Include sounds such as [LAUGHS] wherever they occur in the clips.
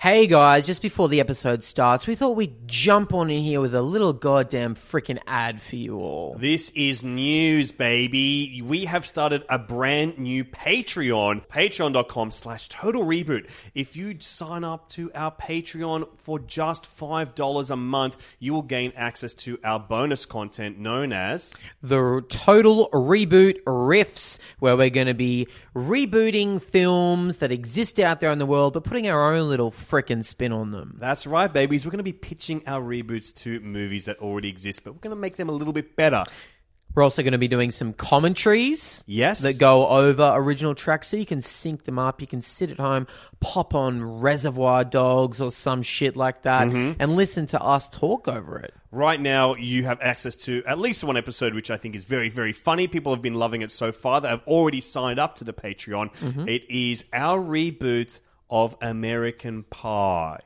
Hey guys, just before the episode starts, we thought we'd jump on in here with a little goddamn freaking ad for you all. This is news, baby. We have started a brand new Patreon, patreon.com slash total reboot. If you sign up to our Patreon for just $5 a month, you will gain access to our bonus content known as The Total Reboot Riffs, where we're going to be rebooting films that exist out there in the world, but putting our own little freaking spin on them. That's right, babies. We're going to be pitching our reboots to movies that already exist, but we're going to make them a little bit better. We're also going to be doing some commentaries. Yes. That go over original tracks so you can sync them up. You can sit at home, pop on Reservoir Dogs or some shit like that, and listen to us talk over it. Right now, you have access to at least one episode, which I think is very, very funny. People have been loving it so far that have already signed up to the Patreon. It is our reboot of American Pie.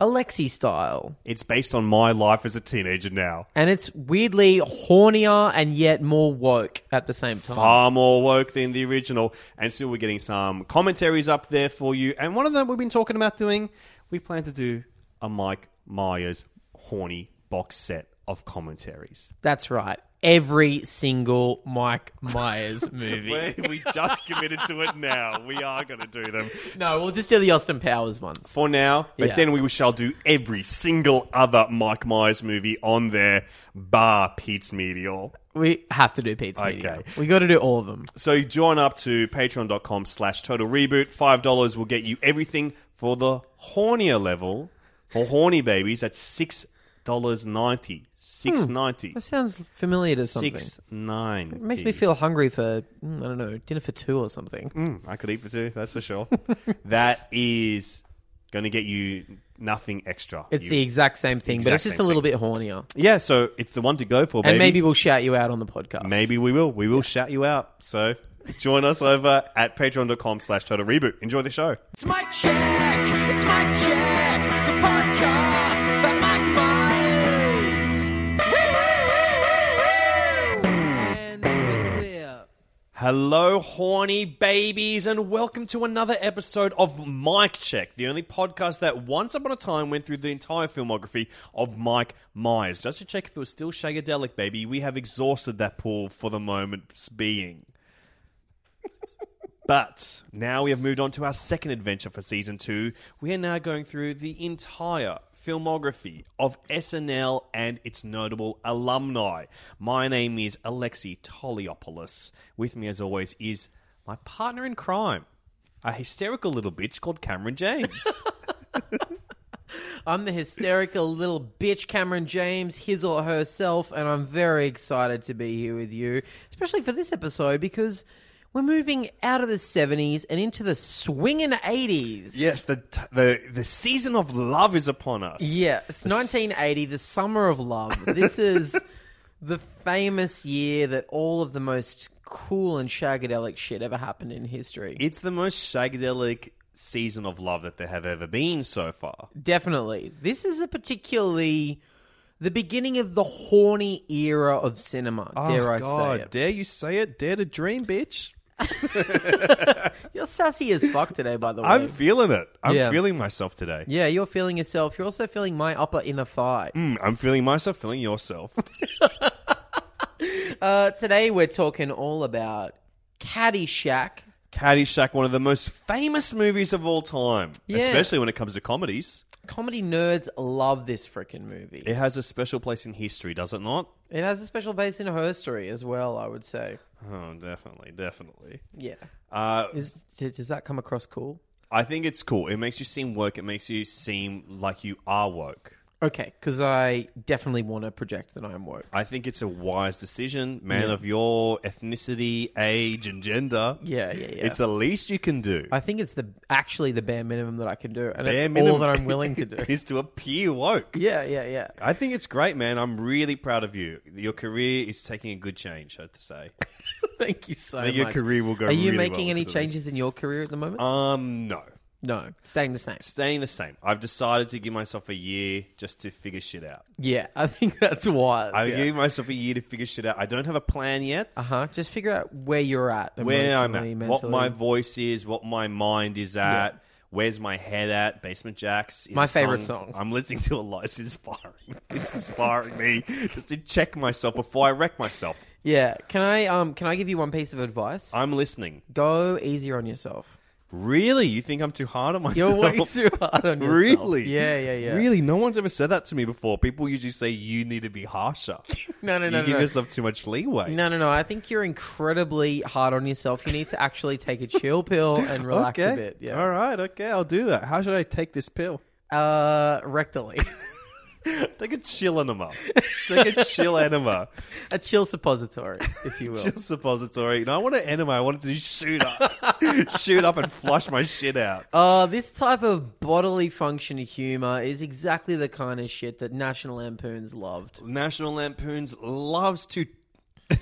Alexi style. It's based on my life as a teenager now. And it's weirdly hornier and yet more woke at the same time. Far more woke than the original. And still, we're getting some commentaries up there for you. And one of them we've been talking about doing, we plan to do a Mike Myers horny box set of commentaries. That's right. Every single Mike [LAUGHS] Myers movie. Where we just committed to it now. We are going to do them. no, we'll just do the Austin Powers ones. for now, but Yeah. then we shall do every single other Mike Myers movie on there, bar Pete's Meteor. We have to do Pete's Okay. Media. We got to do all of them. So join up to patreon.com slash total reboot. Five dollars will get you everything for the hornier level. For horny babies, that's six dollars ninety. Six ninety. That sounds familiar to Hmm. something. Six nine. It makes me feel hungry for, mm, I don't know, dinner for two or something. I could eat for two, that's [LAUGHS] for sure. that is gonna get you nothing extra. It's You- the exact same thing, but exact it's just a same little bit hornier. Yeah, so it's the one to go for, baby. And maybe we'll shout you out on the podcast. Maybe we will. We will shout you out. So join us over at patreon.com slash total reboot. Enjoy the show. It's my check. It's my check. The podcast by Mike Myers. Hello, horny babies, and welcome to another episode of Mike Check, the only podcast that once upon a time went through the entire filmography of Mike Myers. Just to check if it was still Shagadelic, baby, we have exhausted that pool for the moment's being. But now we have moved on to our second adventure for season two. We are now going through the entire filmography of SNL and its notable alumni. My name is Alexi Toliopoulos. With me, as always, is my partner in crime, a hysterical little bitch called [LAUGHS] Cameron James. I'm the hysterical little bitch Cameron James, his or herself, and I'm very excited to be here with you, especially for this episode because we're moving out of the 70s and into the swinging 80s. yes, the, t- the the season of love is upon us. Yes, 1980, the summer of love. [LAUGHS] This is the famous year that all of the most cool and shagadelic shit ever happened in history. It's the most Shagadelic season of love that there have ever been so far. Definitely. This is a particularly the beginning of the horny era of cinema, Oh, dare I say it. Dare you say it? Dare to dream, bitch. You're sassy as fuck today, by the way. I'm feeling it. I'm Yeah. feeling myself today. yeah, you're feeling yourself. You're also feeling my upper inner thigh. Mm, I'm feeling myself, feeling yourself. [LAUGHS] Uh, today we're talking all about Caddyshack, Caddyshack, one of the most famous movies of all time, Yeah. especially when it comes to comedies. Comedy nerds love this freaking movie. It has a special place in history, does it not? It has a special base in her story as well, I would say. Oh, definitely, definitely. Yeah. Uh, Is, d- does that come across cool? I think it's cool. It makes you seem woke. It makes you seem like you are woke. Okay, because I definitely want to project that I'm woke. I think it's a wise decision, man of your ethnicity, age, and gender. Yeah, yeah, yeah. It's the least you can do. I think it's the actually the bare minimum that I can do, and Bare it's all minimum that I'm willing [LAUGHS] to do. [LAUGHS] is to appear woke. yeah, yeah, yeah. I think it's great, man. I'm really proud of you. Your career is taking a good change, I have to say. [LAUGHS] Thank you so I much. think your career will go Are you really making well any because of this. changes in your career at the moment? Um, no. no, staying the same. Staying the same. I've decided to give myself a year just to figure shit out. Yeah, I think that's wise. I'm yeah. giving myself a year to figure shit out. I don't have a plan yet. Uh huh. Just figure out where you're at, Where I'm at, emotionally, what mentally. my voice is, what my mind is at, where's my head at. Basement Jacks is My a favorite song. I'm listening to a lot. It's inspiring. [LAUGHS] It's inspiring me just to check myself before I wreck myself. yeah. Can I um can I give you one piece of advice? I'm listening. Go easier on yourself. Really? You think I'm too hard on myself? [LAUGHS] You're way too hard on yourself. Really? Yeah, yeah, yeah. Really? No one's ever said that to me before. People usually say you need to be harsher. [LAUGHS] No, no, you no, no, give no. yourself too much leeway. No, no, no. I think you're incredibly hard on yourself. You need to actually take a chill pill [LAUGHS] and relax okay. a bit. Yeah. All right. Okay. I'll do that. How should I take this pill? Uh, rectally. [LAUGHS] Take a chill enema. Take a [LAUGHS] chill enema. a chill suppository, if [LAUGHS] you will. Chill suppository. No, I want an enema. I want it to [LAUGHS] shoot up, shoot up, and flush my shit out. Uh, this type of bodily function humor is exactly the kind of shit that National Lampoon's loved. [LAUGHS] National Lampoon's loves to [LAUGHS]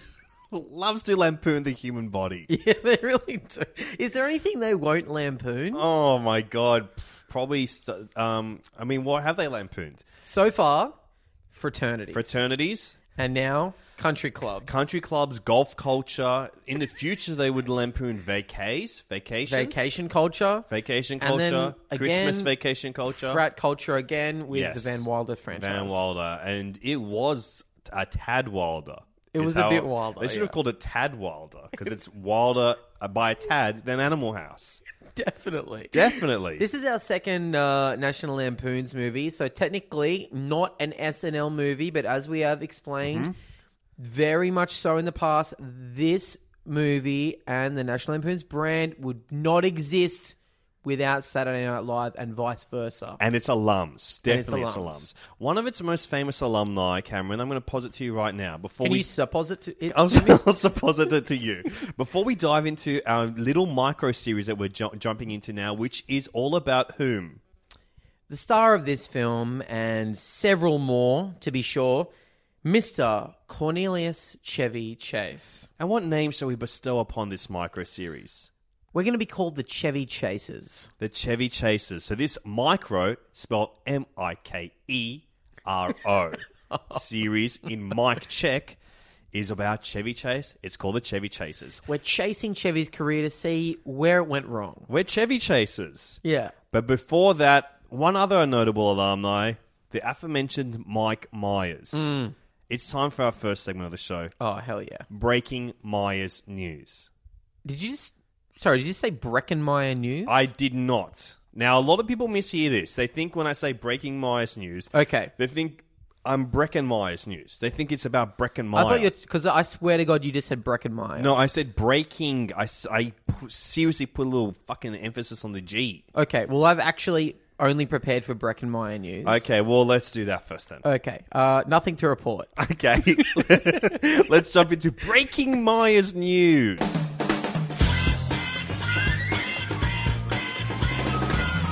loves to lampoon the human body. Yeah, they really do. Is there anything they won't lampoon? Oh my god! Pff, Probably. st- Um, I mean, what have they lampooned? So far, fraternities. Fraternities, and now, country clubs. country clubs, golf culture. In the future, they would lampoon vacays, vacations, Vacation culture. vacation And then culture, again, Christmas vacation culture, Frat culture again with the Yes. Van Wilder franchise. Van Wilder, and it was a tad Wilder. It is was a how- bit Wilder, They should yeah. have called it Tad Wilder because it's Wilder by a tad than Animal House. [LAUGHS] Definitely. Definitely. This is our second uh, National Lampoon's movie, so technically not an SNL movie, but as we have explained, Mm-hmm. very much so in the past, this movie and the National Lampoon's brand would not exist without Saturday Night Live and vice versa. and it's alums, definitely it's alums. alums. One of its most famous alumni, Cameron. I'm going to posit to you right now before Can we Oh, you supposit to it? [LAUGHS] I'll, I'll supposit it to you. Before we dive into our little micro series that we're ju- jumping into now, which is all about whom? the star of this film and several more, to be sure, Mr. Cornelius Chevy Chase. And what name shall we bestow upon this micro series? We're going to be called the Chevy Chasers. The Chevy Chasers. So this micro, spelled M I K E R O, series in Mike Check is about Chevy Chase. It's called the Chevy Chasers. We're chasing Chevy's career to see where it went wrong. We're Chevy Chasers. Yeah. But before that, one other notable alumni, the aforementioned Mike Myers. Hmm. It's time for our first segment of the show Oh hell yeah! Breaking Myers News. Did you just? Sorry, did you say Breckenmeyer News? I did not. Now, a lot of people mishear this. They think when I say Breaking Myers News, okay. they think I'm Brecken Myers News. They think it's about Brecken I Myers. thought you because I swear to God you just said Breckenmeyer. No, I said breaking. I, s- I pu- seriously put a little fucking emphasis on [LAUGHS] the G. Okay. Well, I've actually only prepared for Breckenmeyer News. Okay, well, let's do that first then. Okay. Uh, nothing to report. Okay. [LAUGHS] Let's jump into Breaking Myers news.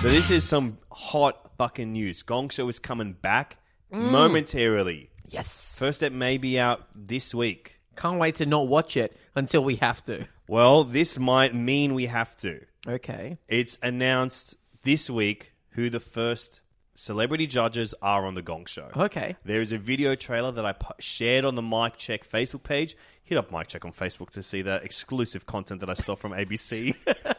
So this is some hot fucking news. Gong Show is coming back momentarily. Yes. First it may be out this week. Can't wait to not watch it until we have to. Well, this might mean we have to. Okay. It's announced this week who the first celebrity judges are on the Gong Show. Okay. There is a video trailer that I pu- shared on the Mike Check Facebook page. Hit up Mike Check on Facebook to see that exclusive content that I stole from ABC.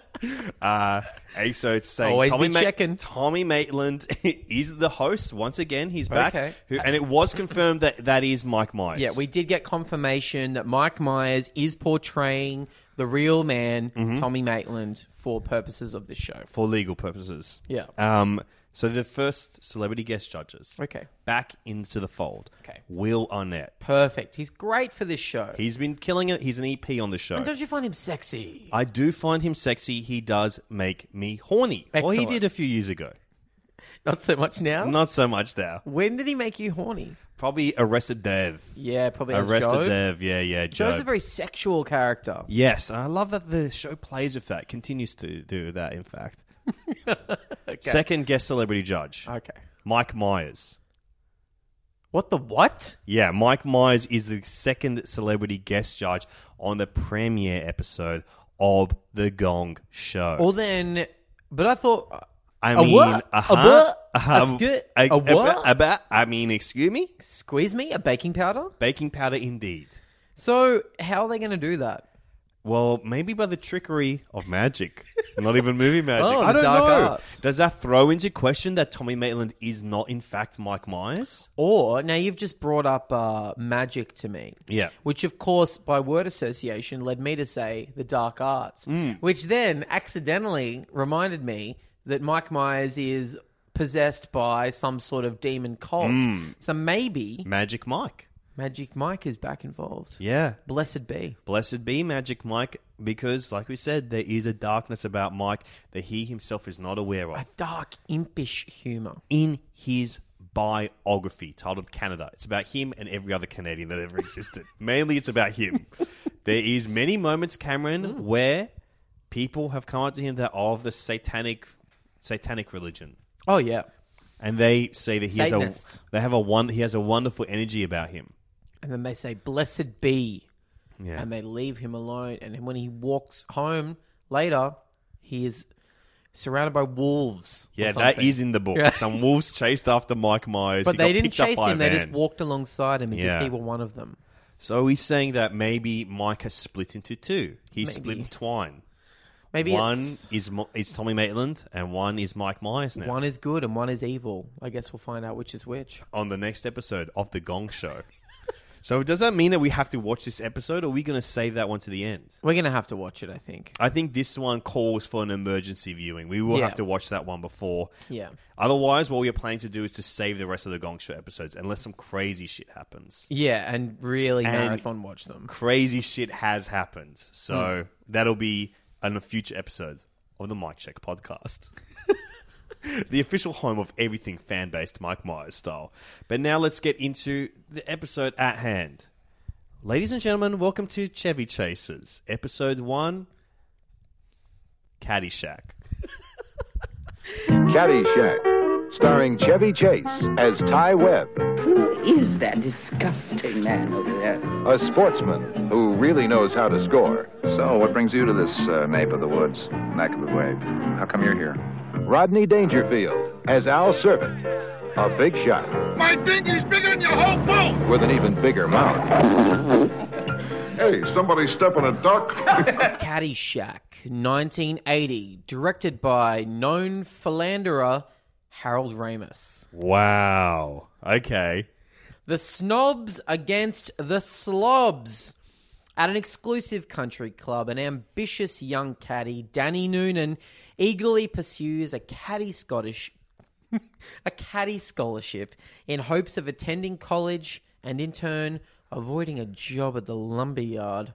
[LAUGHS] uh, eh, so it's saying Always Tommy, be Ma- checking. Tommy Maitland [LAUGHS] is the host once again. He's back, Okay. Who- and it was confirmed that that is Mike Myers. Yeah, we did get confirmation that Mike Myers is portraying the real man, Tommy Maitland, for purposes of this show. Uh, for legal purposes. Yeah. Um, so the first celebrity guest judges. Okay. Back into the fold. Okay. Will Arnett. Perfect. He's great for this show. He's been killing it. He's an EP on the show. and don't you find him sexy? I do find him sexy. He does make me horny. Well, he Excellent. Oh. did a few years ago. [LAUGHS] Not so much now. Not so much now. When did he make you horny? Probably Arrested Dev. Yeah, probably as Arrested Job. Dev. Yeah, yeah. Joe's Job. a very sexual character. Yes, and I love that the show plays with that, continues to do that, in fact. Second guest celebrity judge, Okay. Mike Myers. What the what? Yeah, Mike Myers is the second celebrity guest judge on the premiere episode of The Gong Show. Well then, but I thought uh, I a mean, what? A uh-huh, what? A uh-huh, skit? a- A a- what? a- a- I mean, excuse me? squeeze me a baking powder. Baking powder indeed. So how are they going to do that? Well, maybe by the trickery of magic. Not even movie magic. Oh, I the don't dark know. arts. Does that throw into question that Tommy Maitland is not, in fact, Mike Myers? Or now you've just brought up uh, magic to me. Yeah. Which, of course, by word association, led me to say the dark arts, which then accidentally reminded me that Mike Myers is possessed by some sort of demon cult. So maybe Magic Mike. Magic Mike is back involved. Yeah. Blessed be. Blessed be Magic Mike, because, like we said, there is a darkness about Mike that he himself is not aware A of. dark, impish humor. In his biography titled Canada, it's about him and every other Canadian that ever existed. [LAUGHS] Mainly, it's [LAUGHS] about him. there is many moments, Cameron, Hmm. where people have come up to him that are of the satanic, satanic religion, Oh, yeah. and they say that he has a, Satanists. they have a one, he has a wonderful energy about him. And then they say, Blessed be. Yeah. and they leave him alone. And then when he walks home later, he is surrounded by wolves. or Yeah, that something. is in the book. Yeah. Some wolves chased after Mike Myers. But He they got didn't picked up chase by a him; they just van. walked alongside him as Yeah. if he were one of them. So he's saying that maybe Mike has split into two. He's split in twine. Maybe one it's, is Mo- is Tommy Maitland, and one is Mike Myers now. one is good and one is evil. I guess we'll find out which is which. On the next episode of the Gong Show. so does that mean that we have to watch this episode, or are we going to save that one to the end? We're gonna have to watch it, I think. I think this one calls for an emergency viewing. We will Yeah. have to watch that one before. Yeah. Otherwise, what we are planning to do is to save the rest of the Gong Show episodes, unless some crazy shit happens. Yeah, and really And- marathon watch them. crazy shit has happened. So that'll be on a future episode of the Mike Check podcast. [LAUGHS] the official home of everything fan based Mike Myers style. But now let's get into the episode at hand. Ladies and gentlemen, welcome to Chevy Chasers, episode one Caddyshack. Caddyshack, starring Chevy Chase as Ty Webb, Who is that disgusting man over there? a sportsman who really knows how to score. So, what brings you to this uh, nape of the woods, neck of the wave? How come you're here? Rodney Dangerfield as Al Servant, a big shot My dingy's bigger than your whole boat. with an even bigger mouth. [LAUGHS] Hey, somebody stepping a [LAUGHS] duck. Caddyshack, 1980, directed by known philanderer Harold Ramis. Wow. Okay. The snobs against the slobs. At an exclusive country club, an ambitious young caddy, Danny Noonan, eagerly pursues a caddy Scottish [LAUGHS] a caddy scholarship in hopes of attending college and in turn avoiding a job at the lumberyard.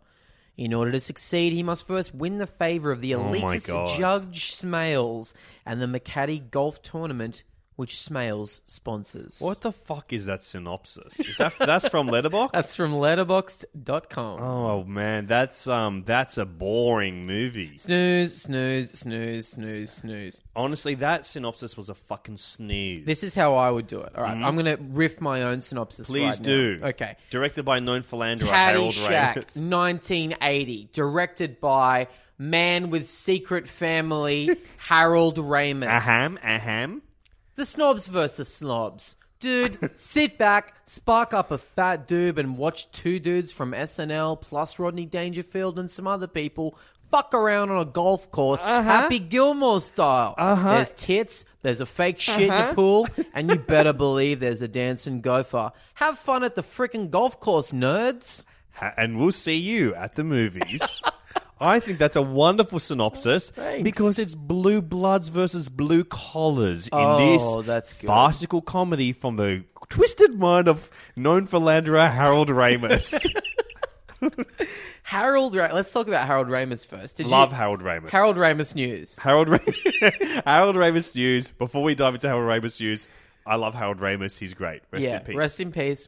In order to succeed, he must first win the favor of the elitist Oh God. Judge Smales and the McCaddy Golf Tournament, which Smales sponsors. What the fuck is that synopsis? Is that that's from Letterbox? That's from letterboxd.com. oh man, that's um that's a boring movie. Snooze, snooze, snooze, snooze, snooze. Honestly, that synopsis was a fucking snooze. This is how I would do it. All right, I'm going to riff my own synopsis. Mm-hmm. Please right do. Now. Okay. Directed by known philanderer Harold Caddyshack, [LAUGHS] Ramis. 1980, directed by man with secret family [LAUGHS] Harold Ramis. Aham, aham. The snobs versus the snobs. [LAUGHS] Dude, sit back, spark up a fat doob, and watch two dudes from SNL plus Rodney Dangerfield and some other people fuck around on a golf course, Uh-huh. Happy Gilmore style. Uh-huh. There's tits, there's a fake shit in Uh-huh. the pool, and you better believe there's a dancing gopher. Have fun at the frickin' golf course, nerds. [LAUGHS] Ha- and we'll see you at the movies. I think that's a wonderful synopsis because it's blue bloods versus blue collars in Oh, this that's good. farcical comedy from the twisted mind of known philanderer [LAUGHS] Harold Ramis. Harold, Ra- let's talk about Harold Ramis first. Did Love you- Harold Ramis. Harold Ramis news. Harold Ramis. [LAUGHS] Harold Ramis news. Before we dive into Harold Ramis news, I love Harold Ramis. He's great. Rest yeah, in peace. rest in peace.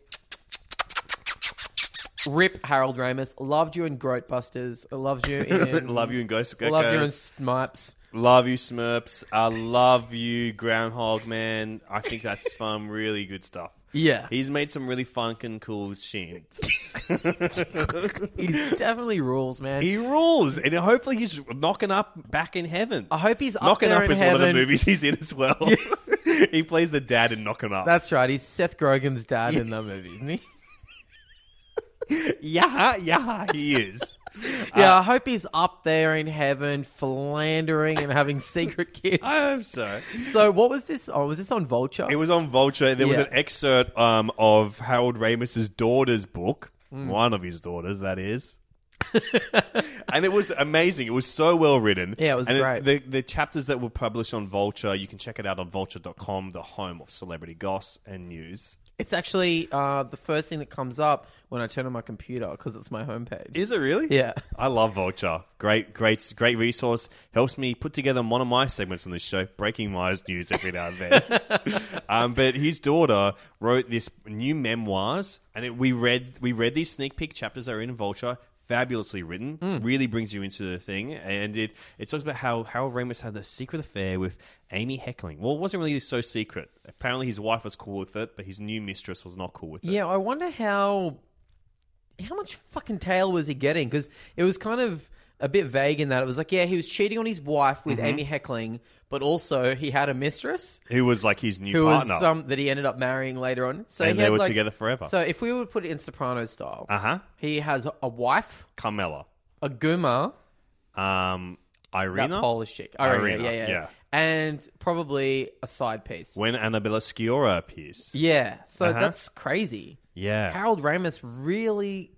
Rip Harold Ramis. Loved you in Groatbusters. I Loved [LAUGHS] you in Love you in Ghost of Geckos. Loved you in Snipes. Love you, Smurps. I love you, Groundhog Man. I think that's some really good stuff. Yeah. He's made some really funkin' cool shit. He's definitely rules, man. He rules, and hopefully he's knocking up back in heaven. I hope he's up knocking there up in is one of heaven. the movies he's in as well. [LAUGHS] he plays the dad in knocking up. That's right. He's Seth Grogan's dad in that movie, isn't he? [LAUGHS] yeah, yeah, he is. Yeah, I hope he's up there in heaven, philandering and [LAUGHS] having secret kids. I hope so. So, what was this? Oh, was this on Vulture? It was on Vulture. There was Yeah. an excerpt um, of Harold Ramis's daughter's book, Mm. one of his daughters, that is. [LAUGHS] and it was amazing. It was so well written. Yeah, it was and great. the, the chapters that were published on Vulture, you can check it out on vulture.com, the home of celebrity goss and news. It's actually uh, the first thing that comes up when I turn on my computer because it's my homepage. Is it really? Yeah. I love Vulture. Great, great, great resource. Helps me put together one of my segments on this show, Breaking Myers News every now [LAUGHS] and then. um, but his daughter wrote this new memoirs, and it, we read we read these sneak peek chapters that are in Vulture. Fabulously written, Hmm. really brings you into the thing, and it it talks about how Harold Ramis had the secret affair with Amy Heckling. Well, it wasn't really so secret. Apparently, his wife was cool with it, but his new mistress was not cool with it. Yeah, I wonder how how much fucking tail was he getting because it was kind of a bit vague in that it was like, yeah, he was cheating on his wife Mm-hmm. with Amy Heckling, but also he had a mistress Who was like his new who partner? was some that he ended up marrying later on. So And he they had, were like- together forever. So if we would put it in Soprano style, uh huh. he has a wife, Carmella. a guma, Um, that Irina. Polish chick, Irina, Irina, yeah, yeah, yeah. and probably a side piece. when Annabella Sciorra appears. Yeah, so Uh-huh. that's crazy. Yeah. Harold Ramis really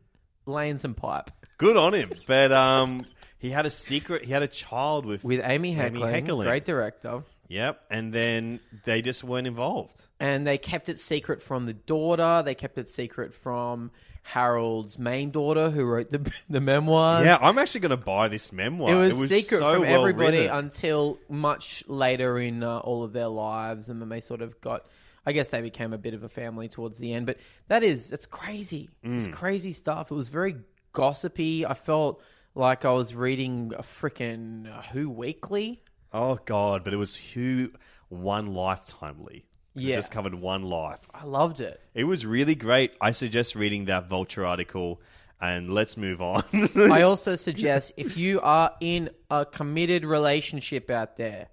laying some pipe Good on him. But um, he had a secret. He had a child with with Amy Heckling, great director, Yep. And then they just weren't involved. and they kept it secret from the daughter. They kept it secret from Harold's main daughter, who wrote the [LAUGHS] the memoirs. yeah, oh I'm actually going to buy this memoir. Uh, It was, secret so from well everybody written. until much later in uh, all of their lives, and then they sort of got. I guess they became a bit of a family towards the end, but that is that's crazy. It's Mm. crazy stuff. It was very gossipy. I felt like I was reading a freaking Who Weekly. oh God! But it was Hugh one lifetime Lee. They Yeah. just covered one life. I loved it. It was really great. I suggest reading that Vulture article. And let's move on. [LAUGHS] I also suggest if you are in a committed relationship out there,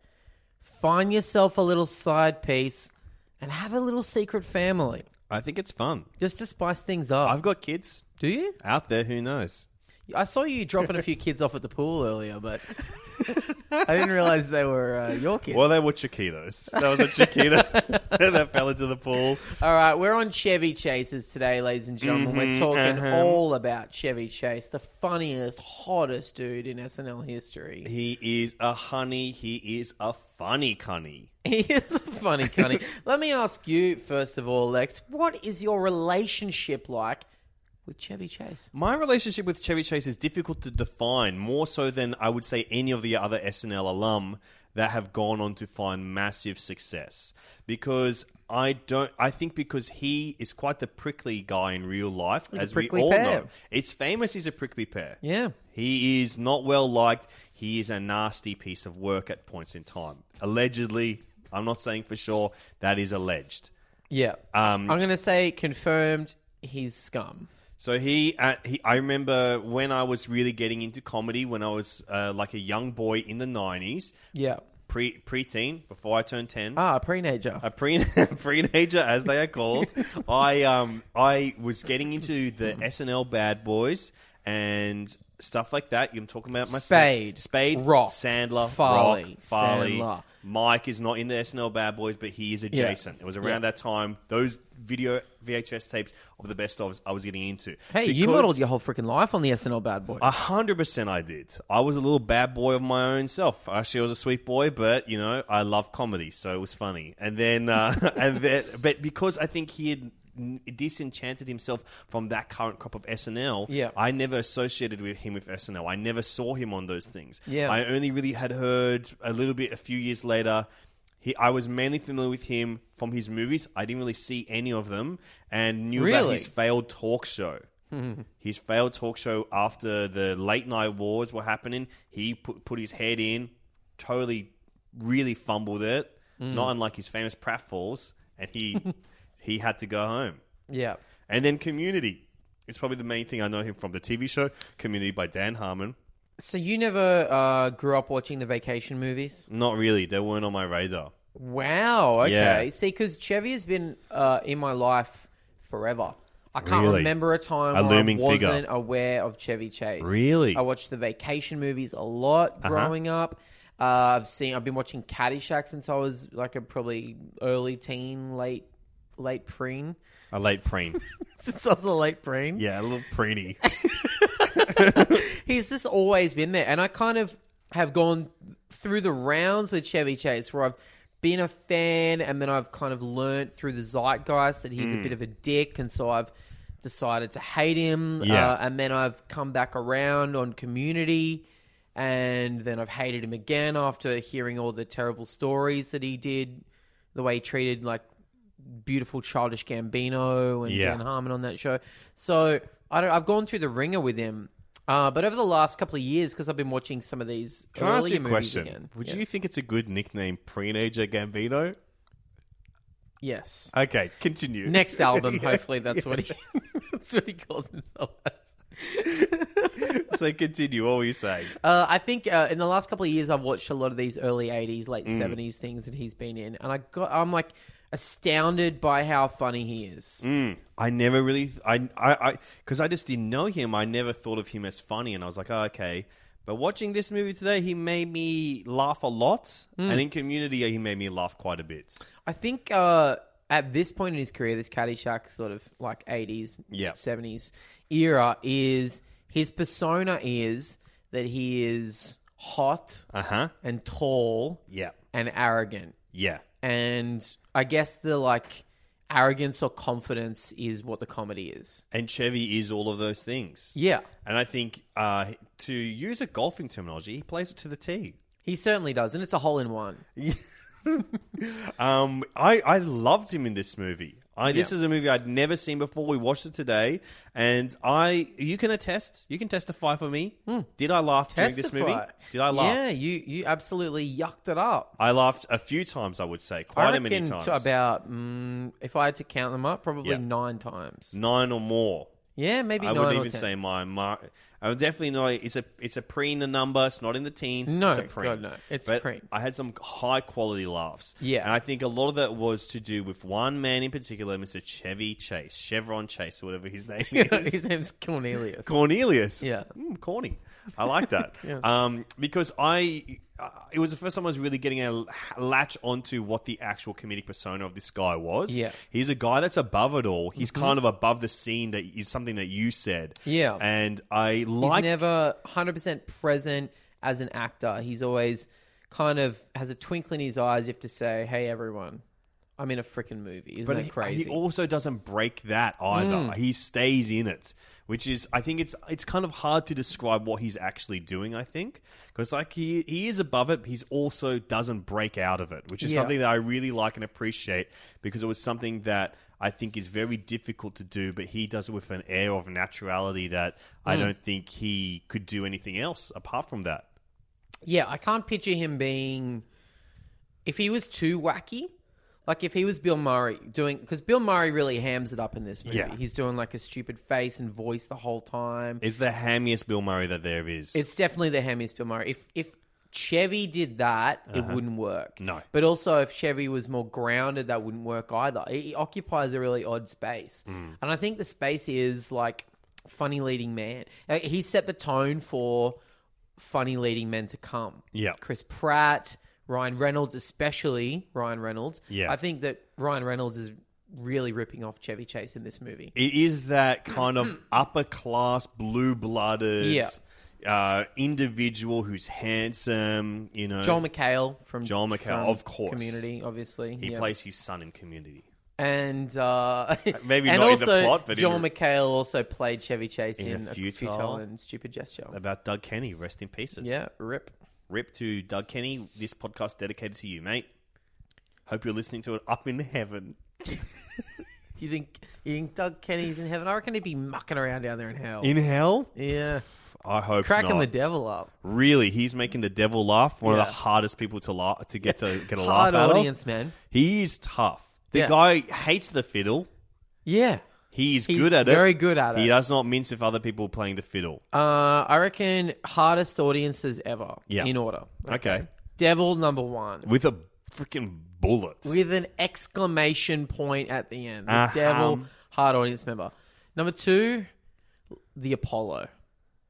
find yourself a little side piece and have a little secret family I think it's fun. just to spice things up. I've got kids Do you? out there. Who knows? I saw you dropping a few kids off at the pool earlier, but I didn't realize they were uh, your kids. [LAUGHS] Well, they were chiquitos. That was a [LAUGHS] chiquita that fell into the pool. All right, we're on Chevy Chases today, ladies and gentlemen. we're Mm-hmm, talking uh-huh. all about Chevy Chase, the funniest, hottest dude in SNL history. He is a honey. He is a funny cunny. [LAUGHS] He is a funny cunny. Let me ask you, first of all, Lex, what is your relationship like with Chevy Chase? My relationship with Chevy Chase is difficult to define, more so than I would say any of the other SNL alum that have gone on to find massive success. Because I don't, I think because he is quite the prickly guy in real life, He's a as we prickly all pear. know. It's famous he's a prickly pear. Yeah. He is not well liked. He is a nasty piece of work at points in time. Allegedly, I'm not saying for sure, that is alleged. Yeah. Um, I'm going to say confirmed he's scum. So he, uh, he, I remember when I was really getting into comedy when I was uh, like a young boy in the nineties, Yeah. pre preteen before I turned ten, Ah, pre-nager. a pre [LAUGHS] preenager as they [LAUGHS] are called. I um I was getting into the SNL bad boys and stuff like that. You're talking about my Spade, Spade, Rock, Sandler, Farley, Rock, Farley, Sandler, Mike is not in the SNL Bad Boys, but he is adjacent. It was around Yeah. that time those video VHS tapes of the best ofs I was getting into. Hey, you Because- modeled your whole freaking life on the SNL Bad Boy. a hundred percent, I did. I was a little bad boy of my own self. Actually, I was a sweet boy, but you know, I love comedy, so it was funny. And then, uh, [LAUGHS] and then, but because I think he had n- disenchanted himself from that current crop of SNL, Yeah. I never associated with him with SNL. I never saw him on those things. Yeah. I only really had heard a little bit a few years later. He, I was mainly familiar with him from his movies. I didn't really see any of them, and knew about Really? his failed talk show. [LAUGHS] his failed talk show after the late night wars were happening, he put, put his head in, totally, really fumbled it, Mm. not unlike his famous pratfalls, [LAUGHS] and he he had to go home. yeah. And then Community. It's probably the main thing I know him from the TV show Community by Dan Harmon. So you never uh, grew up watching the vacation movies? Not really; they weren't on my radar. Wow. Okay. Yeah. See, because Chevy has been uh, in my life forever. I can't Really? remember a time A where looming I wasn't figure. aware of Chevy Chase. Really? I Uh-huh. watched the vacation movies a lot growing up. Uh, I've seen. I've been watching Caddyshack since I was like a probably early teen, late late preen. [LAUGHS] A late preen, Since I was a late preen. yeah, a little preeny. he's just always been there. And I kind of have gone through the rounds with Chevy Chase where I've been a fan and then I've kind of learnt through the zeitgeist that he's a bit of a dick. And so I've decided to hate him. Yeah. Uh, and then I've come back around on community. And then I've hated him again after hearing all the terrible stories that he did, the way he treated like beautiful childish Gambino and Yeah. Dan Harmon on that show. So I don't, I've gone through the ringer with him, uh, but over the last couple of years, because I've been watching some of these Can earlier I ask you a movies question? again. Would Yeah. you think it's a good nickname, Preenager Gambino? Yes. Okay, continue. [LAUGHS] Next album, hopefully that's what he [LAUGHS] that's what he calls himself. [LAUGHS] As. [LAUGHS] so continue. What were you saying? Uh, I think uh, in the last couple of years, I've watched a lot of these early '80s, late Mm. '70s things that he's been in, and I got I'm like astounded by how funny he is. I never really, I, I, because I, just didn't know him. I never thought of him as funny, and I was like, oh, okay. But watching this movie today, he made me laugh a lot, and in Community, he made me laugh quite a bit. I think uh, at this point in his career, this Caddyshack sort of like 80s, Yeah. 70s era is his persona is that he is hot Uh huh. and tall Yeah. and arrogant. Yeah. And I guess the like arrogance or confidence is what the comedy is. And Chevy is all of those things. Yeah. And I think uh, to use a golfing terminology, he plays it to the tee. He certainly does. And it's a hole in one. Um, I, I loved him in this movie. I, this is a movie I'd never seen before. We watched it today, and I you can attest, you can testify for me. Did I laugh during this Hmm. Testify. movie? Did I laugh? Yeah, you, you absolutely yucked it up. I laughed a few times. I would say I quite a reckon many times, to about, mm, if I had to count them up, probably Yeah. nine times. nine or more. Yeah, maybe I nine wouldn't or even ten. [LAUGHS] say my my. I would definitely know it's a it's a pre in the number. It's not in the teens. No, it's a pre. God, no. It's but preen. I had some high quality laughs. Yeah. and I think a lot of that was to do with one man in particular, Mister Chevy Chase, Chevron Chase, or whatever [LAUGHS] his name is. His name's Cornelius. Cornelius. Yeah. Mm, corny. I [LAUGHS] like that. um, because I, uh, it was the first time I was really getting a l- latch onto what the actual comedic persona of this guy was. Yeah. Mm-hmm. He's a guy that's above it all. He's kind of above the scene that is something that you said. Yeah. And I He's like. never 100% present as an actor. He's always kind of has a twinkle in his eyes if to say, hey, everyone, I'm in a freaking movie. Isn't but that he, crazy? Mm. he also doesn't break that either. He stays in it, which is I think it's it's kind of hard to describe what he's actually doing. I think because like he he is above it, but he's also doesn't break out of it, which is Yeah. something that I really like and appreciate because it was something that I think is very difficult to do, but he does it with an air of naturality that I Mm. don't think he could do anything else apart from that. yeah, I can't picture him being. If he was too wacky, like if he was Bill Murray doing. Because Bill Murray really hams it up in this movie. Yeah. He's doing like a stupid face and voice the whole time. It's the hammiest Bill Murray that there is. It's definitely the hammiest Bill Murray. If if Chevy did that, it wouldn't work. Uh-huh. No. But also, if Chevy was more grounded, that wouldn't work either. It, it occupies a really odd space, Hmm. and I think the space is like funny leading man. Uh, He set the tone for funny leading men to come. Yeah. Chris Pratt, Ryan Reynolds, especially Ryan Reynolds. Yeah. I think that Ryan Reynolds is really ripping off Chevy Chase in this movie. It is that kind of upper class, blue blooded Hmm. Yeah. uh, individual who's handsome. You know, Joel McHale from Joel McHale, from of course. Community, obviously. He yeah. plays his son in Community. and uh, [LAUGHS] Maybe and not in the also, plot, but in Joel the- McHale also played Chevy Chase In in, A a Futile. futile. and Stupid Gesture. About Doug Kenny, rest in pieces. Yeah, rip. Rip to Doug Kenny. This podcast dedicated to you, mate. Hope you're listening to it up in heaven. You think you think Doug Kenny's in heaven? I reckon he'd be mucking around down there in hell. In hell? yeah, I hope cracking not. the devil up. Really, he's making the devil laugh. One of Yeah. the hardest people to laugh to get to get a Hard laugh out audience, of. man. He is tough. The Yeah. guy hates the fiddle. Yeah, He's, He's good at it. very good at He it. does not mince with other people playing the fiddle. uh, I reckon hardest audiences ever. Yeah. in order. Okay. Devil number one With a freaking bullet. with an exclamation point at the end. The Uh-huh. devil hard audience member. Number two, the Apollo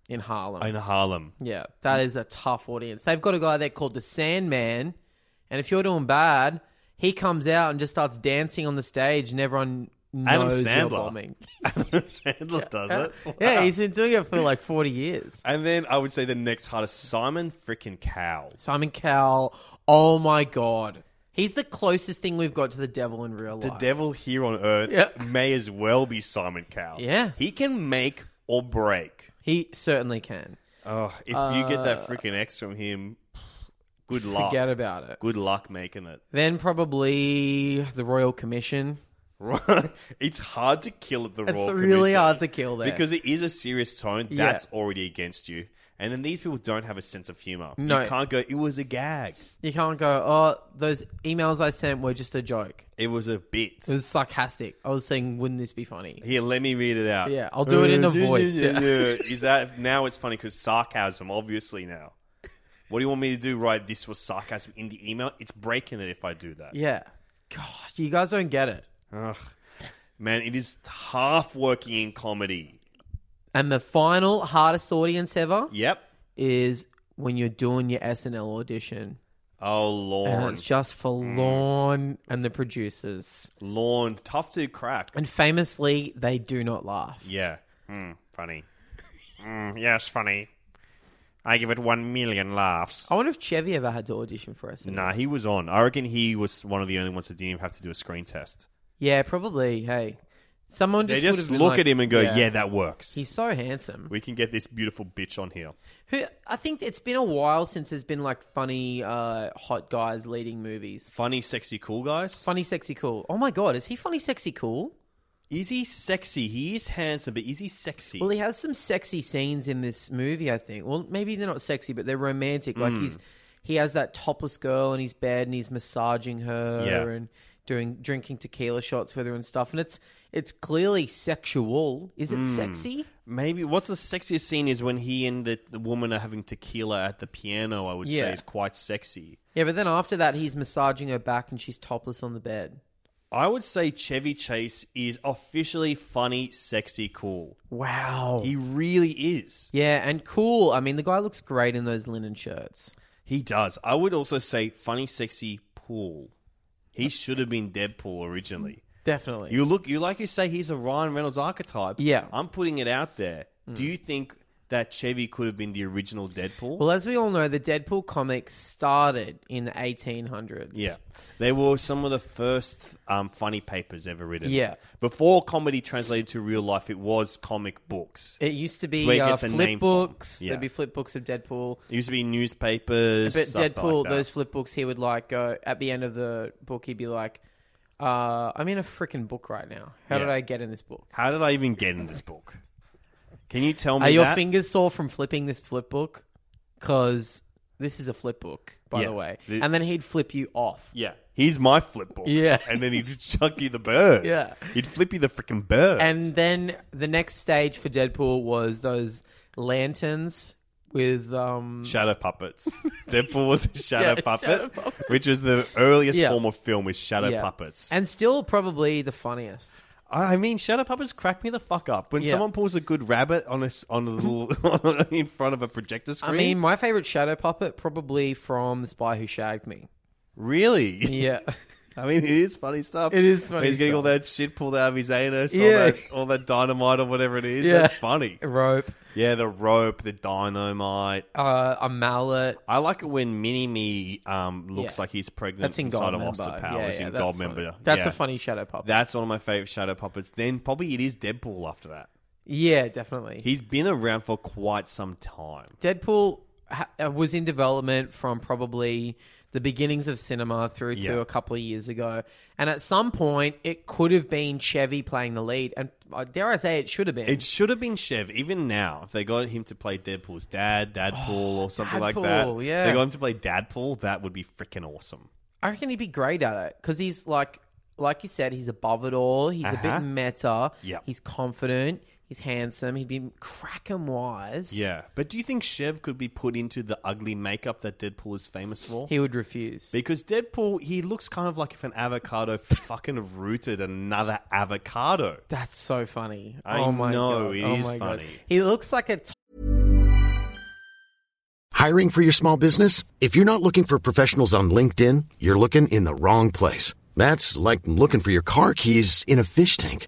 in Harlem. in Harlem. [LAUGHS] Yeah, that is a tough audience. They've got a guy there called the Sandman, and if you're doing bad, he comes out and just starts dancing on the stage, and everyone Adam knows Sandler. you're bombing. Adam [LAUGHS] Sandler does it. Yeah, Wow. he's been doing it for like 40 years. [LAUGHS] And then I would say the next hardest, Simon freaking Cowell. Simon Cowell. Oh my god, he's the closest thing we've got to the devil in real life. The devil here on earth Yeah. may as well be Simon Cowell. Yeah. He can make or break. He certainly can. Oh, if you get that freaking X from him, good luck. Uh, Forget about it. Good luck making it. Then probably the Royal Commission. Right? [LAUGHS] It's hard to kill at the It's Royal really Commission hard to kill there. because it is a serious tone Yeah. that's already against you. And then these people don't have a sense of humor. No. You can't go, it was a gag. You can't go. Oh, those emails I sent were just a joke. It was a bit. It was sarcastic. I was saying, wouldn't this be funny? Here, let me read it out. Uh, Yeah, I'll do it in a [LAUGHS] voice, yeah. Is that now it's funny because sarcasm, obviously, now. What do you want me to do? Write this was sarcasm in the email? It's breaking it if I do that. Yeah. Gosh, you guys don't get it. Man, it is half working in comedy. And the final hardest audience ever Yep. is when you're doing your SNL audition. Oh, And Lorne. it's just for Mm. Lorne and the producers. Lorne, tough to crack. And famously, they do not laugh. Yeah. Mm, [LAUGHS] funny. Mm, yes, funny. I give it one million laughs. I wonder if Chevy ever had to audition for SNL. Nah, he was on. I reckon he was one of the only ones that didn't even have to do a screen test. Yeah, probably. Hey, someone They just just, would've been look like, at him and go, yeah, that works. he's so handsome." we can get this beautiful bitch on here. Who I think it's been a while since there's been like funny, uh, hot guys leading movies. Funny, sexy, cool guys. Funny, sexy, cool. Oh my god, is he funny, sexy, cool? Is he sexy? He is handsome, but is he sexy? Well, he has some sexy scenes in this movie, I think. Well, maybe they're not sexy, but they're romantic. Like Hmm. he's he has that topless girl in his bed and he's massaging her Yeah. and doing drinking tequila shots with her and stuff. And it's it's clearly sexual. Is it Hmm. sexy? Maybe what's the sexiest scene is when he and the, the woman are having tequila at the piano. I would say Yeah. is quite sexy. Yeah, but then after that he's massaging her back and she's topless on the bed. I would say Chevy Chase is officially funny, sexy, cool. Wow. He really is. yeah, and cool. I mean, the guy looks great in those linen shirts. He does. I would also say funny, sexy, Paul. He should have been Deadpool originally. Definitely. You look, you like you say, he's a Ryan Reynolds archetype. Yeah. Hmm. I'm putting it out there. Do you think that Chevy could have been the original Deadpool? well, as we all know, the Deadpool comics started in the 1800s. Yeah, they were some of the first um, funny papers ever written. Yeah. before comedy translated to real life, it was comic books. It It used to where it be uh, gets a name flip from. books. Yeah. There'd be flip books of Deadpool. used to be But newspapers. stuff like Deadpool, that. those flip books, he would like go at the end of the book. He'd be like, uh, "I'm in a freaking book right now. How did Yeah. I get in this book? How did I even get in this book? Can you tell me Are your that? fingers sore from flipping this flip book? Because this is a flip book, by Yeah. the way." The- and then he'd flip you off. yeah, here's my flip book. Yeah. and then he'd chuck you the bird. Yeah. he'd flip you the freaking bird. And then the next stage for Deadpool was those lanterns with um [LAUGHS] shadow puppets. Deadpool was a shadow, Yeah, puppet, shadow puppet. which was the earliest Yeah. form of film with shadow yeah. puppets. and still probably the funniest. I mean, shutter puppets crack me the fuck up when Yeah. someone pulls a good rabbit on a s- on [LAUGHS] a little [LAUGHS] in front of a projector I screen. mean, my favorite shadow puppet probably from The Spy Who Shagged Me. really? Yeah. [LAUGHS] I mean, it is funny stuff. It is funny He's getting all stuff. that shit pulled out of his anus. Yeah. All that, all that dynamite or whatever it is. Yeah. That's funny. [LAUGHS] Rope, Yeah, the rope, the dynamite. uh, a mallet. I like it when Mini Me um, looks Yeah. like he's pregnant That's in inside of Goldmember. Austin Powers yeah, in that's Goldmember. funny. That's Yeah. a funny shadow puppet. That's one of my favorite shadow puppets. Then probably it is Deadpool after that. yeah, definitely. He's been around for quite some time. Deadpool ha- uh, was in development from probably the beginnings of cinema through Yeah. to a couple of years ago. And at some point, it could have been Chevy playing the lead. And uh, dare I say, it should have been. It should have been Chev. Even now, if they got him to play Deadpool's dad, Dadpool, or something like Dadpool, that, Oh, yeah. they got him to play Dadpool, that would be freaking awesome. I reckon he'd be great at it because he's like, like you said, he's above it all. He's a Uh-huh. bit meta. Yep. He's confident. He's handsome. He'd be cracking wise. Yeah. But do you think Chev could be put into the ugly makeup that Deadpool is famous for? He would refuse. Because Deadpool, he looks kind of like if an avocado [LAUGHS] fucking rooted another avocado. That's so funny. I oh my know, God. it oh is my God. funny. He looks like a t- Hiring for your small business? If you're not looking for professionals on LinkedIn, you're looking in the wrong place. That's like looking for your car keys in a fish tank.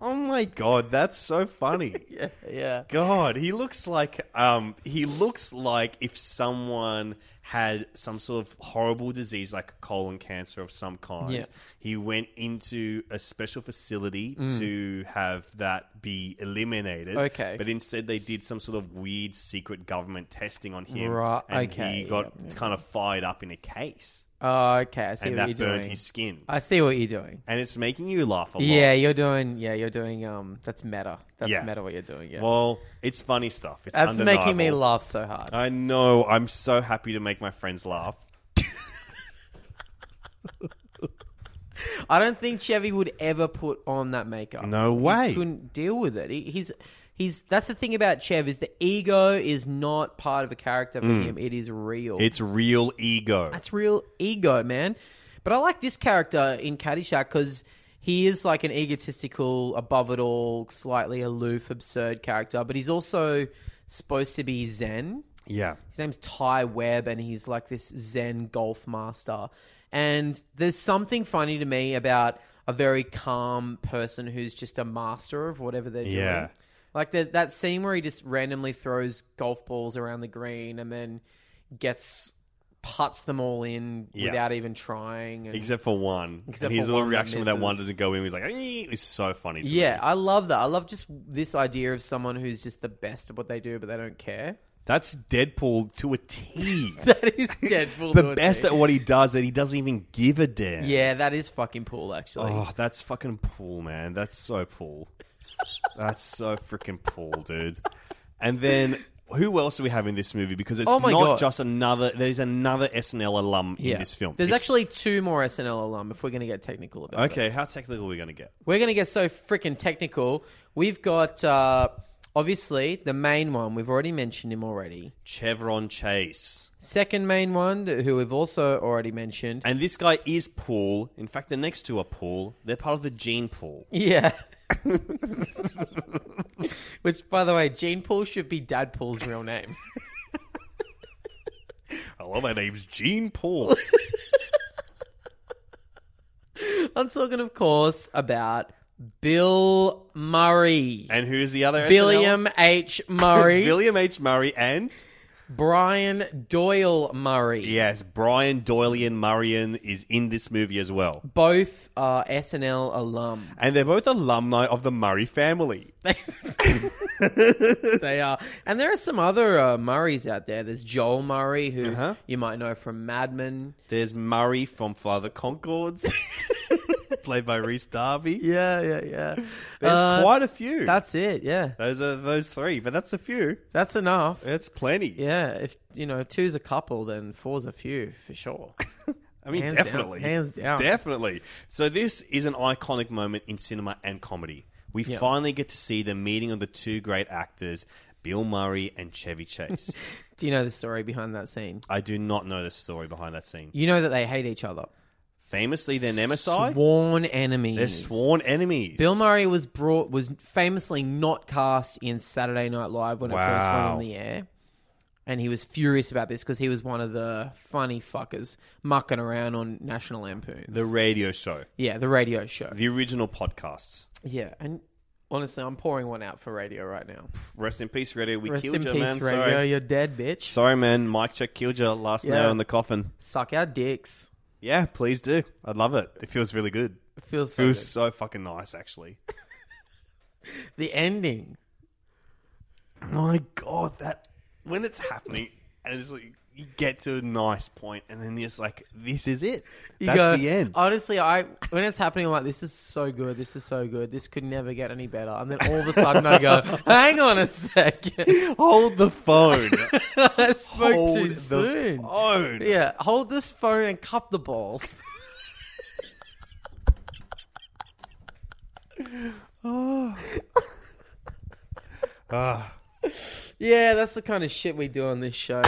Oh my god, that's so funny. [LAUGHS] Yeah, yeah. God, he looks like um, he looks like if someone had some sort of horrible disease, like colon cancer of some kind. Yeah. He went into a special facility to have that be eliminated. Mm. Okay. but instead they did some sort of weird secret government testing on him, Right, and okay, he got yep, kind of fired up in a case, Oh, okay. I see and what that you're burned doing. his skin. I see what you're doing. and it's making you laugh a lot. Yeah, you're doing. Yeah, you're doing. Um, that's meta. That's Yeah. meta. What you're doing. Yeah. Well, it's funny stuff. It's that's making me undeniable. laugh so hard. I know. I'm so happy to make my friends laugh. I don't think Chevy would ever put on that makeup. No way. He couldn't deal with it. He, he's he's. That's the thing about Chev is the ego is not part of a character for him. It is real. Mm. It's real ego. That's real ego, man. But I like this character in Caddyshack because he is like an egotistical, above it all, slightly aloof, absurd character. But he's also supposed to be Zen. Yeah. His name's Ty Webb, and he's like this Zen golf master. And there's something funny to me about a very calm person who's just a master of whatever they're doing. Yeah. Like the, that scene where he just randomly throws golf balls around the green and then gets puts them all in Yeah. without even trying. And, Except for one. Except and his for little one that reaction when that one misses. doesn't go in, he's like, "Eh," it's so funny. To Yeah, me. I love that. I love just this idea of someone who's just the best at what they do, but they don't care. [LAUGHS] That's Deadpool to a T. That [LAUGHS] is Deadpool. to the a best T. at what he does that he doesn't even give a damn. Yeah, that is fucking cool, actually. Oh, that's fucking pool, man. That's so pool. that's so freaking pool, dude. And then who else do we have in this movie? Because it's Oh my not God. just another. There's another SNL alum in this film. There's It's- actually two more SNL alum if we're going to get technical about it. okay. How technical are we going to get? We're going to get so freaking technical. We've got uh, Obviously, the main one, we've already mentioned him already. Chevron Chase. Second main one, who we've also already mentioned. And this guy is Paul. In fact, the next two are Paul. They're part of the gene pool. [LAUGHS] Yeah. [LAUGHS] Which, by the way, Gene Pool should be Dad Pool's real name. [LAUGHS] Hello, my name's [LAUGHS] Gene Paul. I'm talking, of course, about Bill Murray. and who's the other? Billiam H. [LAUGHS] Murray. William H. Murray and Brian Doyle Murray. yes, Brian Doylean Murrayan is in this movie as well. Both are SNL alum. [LAUGHS] And they're both alumni of the Murray family. they are. And there are some other uh, Murrays out there. There's Joel Murray, who Uh-huh. you might know from Mad Men. There's Murray from Father [LAUGHS] Concords, played by Reese Darby. Yeah, yeah, [LAUGHS] yeah. There's Uh, quite a few. That's it, yeah. those are those three, but that's a few. That's enough. That's plenty. Yeah, if you know two's a couple, then four's a few for sure. I mean, Hands down. definitely. Hands down. Definitely. So, this is an iconic moment in cinema and comedy. We Yeah. finally get to see the meeting of the two great actors, Bill Murray and [LAUGHS] Chevy Chase. Do you know the story behind that scene? I do not know the story behind that scene. You know that they hate each other. Famously, they're nemesis. Sworn enemies. They're sworn enemies. Bill Murray was brought was famously not cast in Saturday Night Live when it first went Wow. on the air. And he was furious about this because he was one of the funny fuckers mucking around on National Lampoons. the radio show, yeah, the radio show. the original podcasts. yeah, and honestly, I'm pouring one out for radio right now. Rest in peace, radio. We Rest in killed peace, you, man. radio. Sorry. You're dead, bitch. Sorry, man. Mike check killed you last Yeah. nail in the coffin. Suck our dicks. Yeah, please do. I'd love it. It feels really good. It feels so feels good. so fucking nice, actually. [CLEARS THROAT] The ending. My God, that when it's happening, and it's like you get to a nice point, and then it's like, this is it. You That's go, the end. Honestly, I when it's happening, I'm like, this is so good. This is so good. This could never get any better. And then all of a sudden, I go, hang on a second. [LAUGHS] Hold the phone. I [LAUGHS] spoke Hold too the soon. phone. Yeah, hold this phone and cup the balls. Ah. Yeah, that's the kind of shit we do on this show.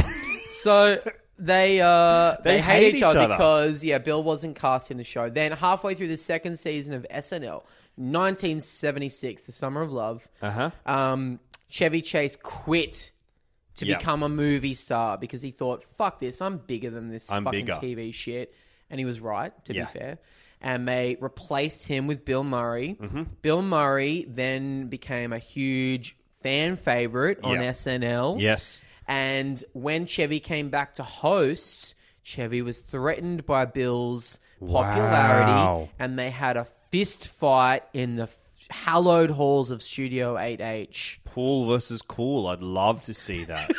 so they uh they, hate, each, other, because yeah, Bill wasn't cast in the show. Then halfway through the second season of SNL, 1976, The Summer of Love, uh-huh. um Chevy Chase quit to Yeah. become a movie star because he thought, "Fuck this, I'm bigger than this I'm fucking bigger. TV shit." And he was right, to Yeah. be fair. And they replaced him with Bill Murray. Mm-hmm. Bill Murray then became a huge fan favorite on Yeah. SNL. Yes. And when Chevy came back to host, Chevy was threatened by Bill's popularity Wow. and they had a fist fight in the hallowed halls of Studio 8H. Paul versus Cool. I'd love to [LAUGHS] see that.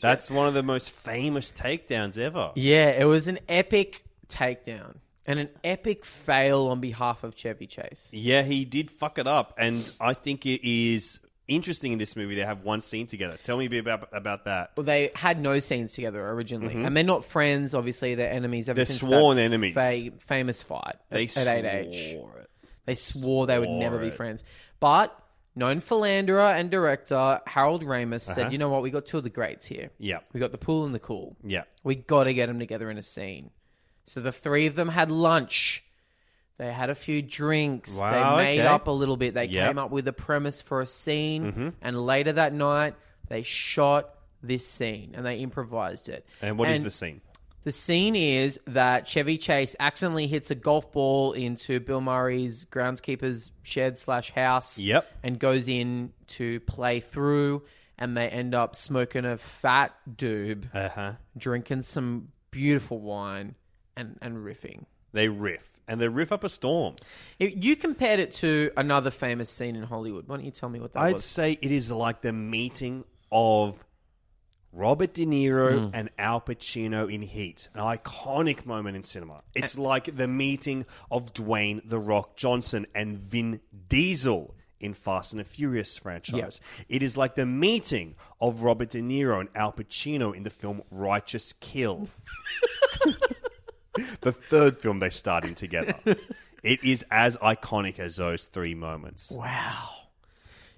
That's one of the most famous takedowns ever. Yeah, it was an epic takedown and an epic fail on behalf of Chevy Chase. Yeah, he did fuck it up, and I think it is interesting in this movie. They have one scene together. Tell me a bit about about that. Well, they had no scenes together originally, and they're not friends. Obviously, they're enemies. Ever Mm-hmm. They're since sworn that enemies. fa- famous fight They at eight H. swore it. They swore they would Swore never be it. friends. But known philanderer and director Harold Ramis Uh-huh. said, "You know what? We got two of the greats here. Yep. we got the pool and the cool. Yeah. We got to get them together in a scene." So the three of them had lunch. They had a few drinks. Wow, they made okay. Mm-hmm. up a little bit. They Yep. came up with a premise for a scene, and later that night they shot this scene and they improvised it. And what is And the scene? the scene is that Chevy Chase accidentally hits a golf ball into Bill Murray's groundskeeper's shed slash house. Yep. And goes in to play through, and they end up smoking a fat doob, Uh huh. drinking some beautiful wine, and, and riffing. They riff, and they riff up a storm. If You compared it to another famous scene in Hollywood. Why don't you tell me what that I'd was? say it is like the meeting of Robert De Niro Hmm. and Al Pacino in Heat, an iconic moment in cinema. It's like the meeting of Dwayne The Rock Johnson and Vin Diesel in Fast and the Furious franchise. It is like the meeting of Robert De Niro and Al Pacino in the film Righteous [LAUGHS] Kill. the third film they starred in together. It is as iconic as those three moments. wow.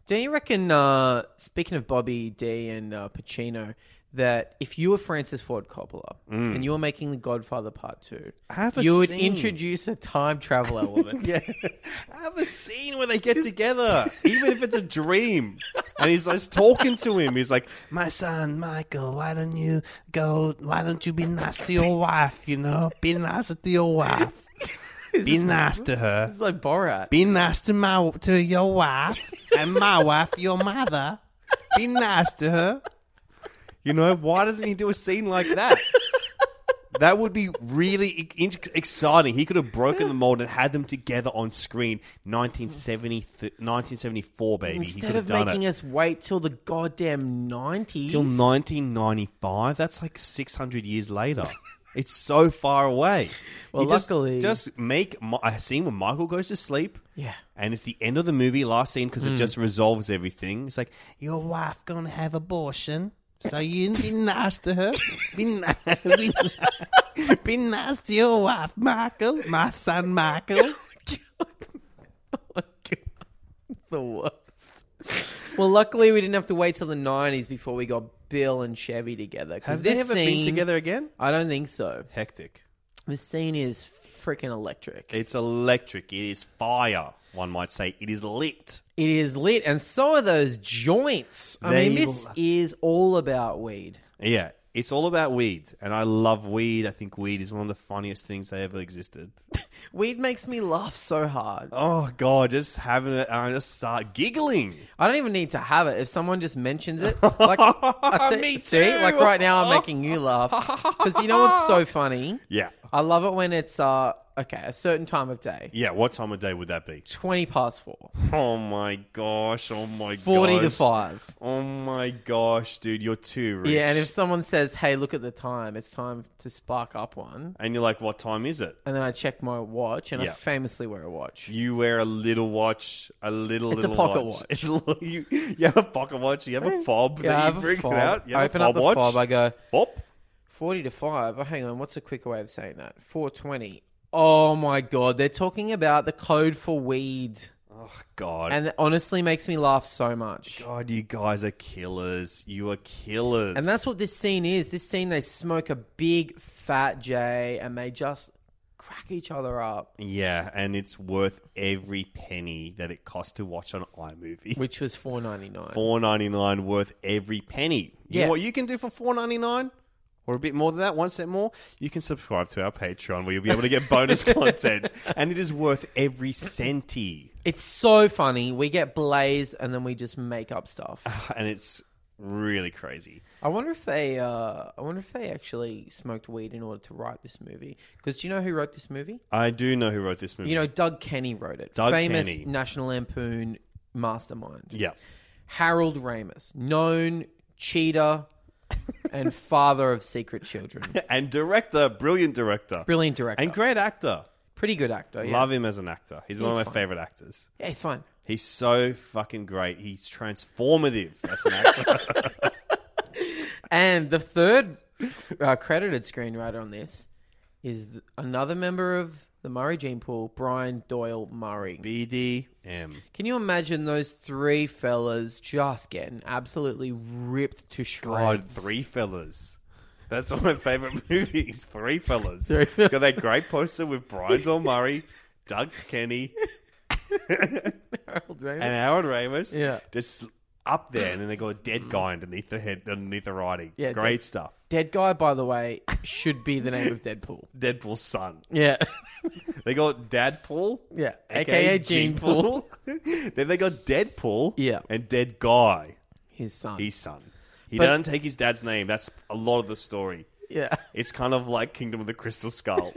Do you reckon, uh, speaking of Bobby D and uh, Pacino, that if you were Francis Ford Coppola Mm. and you were making The Godfather Part 2, Have a you would scene. introduce a time travel element? yeah. Have a scene where they get together, even if it's a dream. And he's just talking to him. He's like, "My son, Michael, why don't you go? Why don't you be nice to your wife? You know, be nice to your wife. be nice to her. [LAUGHS] It's like Borat. Be nice to my to your wife, [LAUGHS] and my wife, your mother. Be nice to her. You know, why doesn't he do a scene like that? That would be really e- in- exciting. He could have broken the mold and had them together on screen 1970, 1974, baby. he could Instead have of done making it. us wait till the goddamn 90s. Till 1995? That's like 600 years [LAUGHS] later. it's so far away. Well, You just- luckily- Just, make Mi- a scene when Michael goes to sleep. Yeah. And it's the end of the movie, last scene, because it Mm. just resolves everything. It's like, Your wife gonna have abortion, so [LAUGHS] you be nice to her. Be, [LAUGHS] ni- be, ni- be nice to your wife, Michael. My son, [LAUGHS] Michael. [LAUGHS] the worst. well, luckily we didn't have to wait till the nineties before we got Bill and Chevy together. 'cause Have they this ever been scene- together again? I don't think so. Hectic. The scene is freaking electric. It's electric. It is fire, one might say. It is lit. It is lit, and so are those joints. I They mean, this l- is all about weed. Yeah, it's all about weed, and I love weed. I think weed is one of the funniest things that ever existed. Weed makes me laugh so hard. Oh god, just having it, and I just start giggling. I don't even need to have it. If someone just mentions it, [LAUGHS] like I see, Me see, too. like right now, I'm making you laugh because you know what's [LAUGHS] so funny. Yeah, I love it when it's uh okay a certain time of day, yeah. What time of day would that be? twenty past four. [LAUGHS] Oh my gosh! Oh my gosh! 40 to five. Oh my gosh, dude, you're too rich. Yeah, and if someone says, "Hey, look at the time. It's time to spark up one," and you're like, what time is it? and then I check my watch, and Yeah. I famously wear a watch. You wear a little watch, a little It's a little pocket watch. It's a little- [LAUGHS] you, you have a pocket watch. You have [LAUGHS] a fob Yeah, that I you have a bring it fob. out. You have I a open up fob the watch. fob, I go, Bop. Forty to five. Oh, hang on, what's a quicker way of saying that? Four twenty. Oh my god, they're talking about the code for weed, Oh, God. and it honestly makes me laugh so much. God, you guys are killers. You are killers. And that's what this scene is. This scene, they smoke a big fat J, and they just crack each other up, yeah, and it's worth every penny that it costs to watch an iMovie. which was four ninety nine. Four ninety nine worth every penny. You Yeah. know what you can do for four ninety nine? Or a bit more than that, one cent more, you can subscribe to our Patreon where you'll be able to [LAUGHS] get bonus content. And it is worth every centy. It's so funny. We get blazed and then we just make up stuff. And it's really crazy. I wonder if they, uh, I wonder if they actually smoked weed in order to write this movie. Because do you know who wrote this movie? I do know who wrote this movie. You know, Doug Kenny wrote it. Doug Famous Kenny. National Lampoon mastermind. Yeah. Harold Ramis, known cheater [LAUGHS] and father of secret children. and director, brilliant director. Brilliant director. And great actor. Pretty good actor. Yeah. Love him as an actor. He's, one of He's my fun. favorite actors. Yeah, he's fun. He's so fucking great. He's transformative as an actor. And the third uh, credited screenwriter on this is th- another member of the Murray Gene Pool, Brian Doyle Murray. BDM. Can you imagine those three fellas just getting absolutely ripped to God, shreds? Three Fellas. That's one of my favorite [LAUGHS] movies. Three Fellas. Three Fellas. Got that great poster with Brian Del Murray, Doug Kenny, [LAUGHS] Harold Ramis. and Howard Ramos. Yeah. Mm. Just up there, and then they got a dead guy underneath the head, underneath the writing. Yeah, great dead- stuff. Dead guy, by the way, should be the name of Deadpool. Deadpool's son. Yeah. They got Dad Paul. Yeah, aka Gene Pool. [LAUGHS] then they got Deadpool. Yeah. And Dead Guy, His son. his son. He But- doesn't take his dad's name. That's a lot of the story. Yeah. It's kind of like Kingdom of the Crystal [LAUGHS] Skull.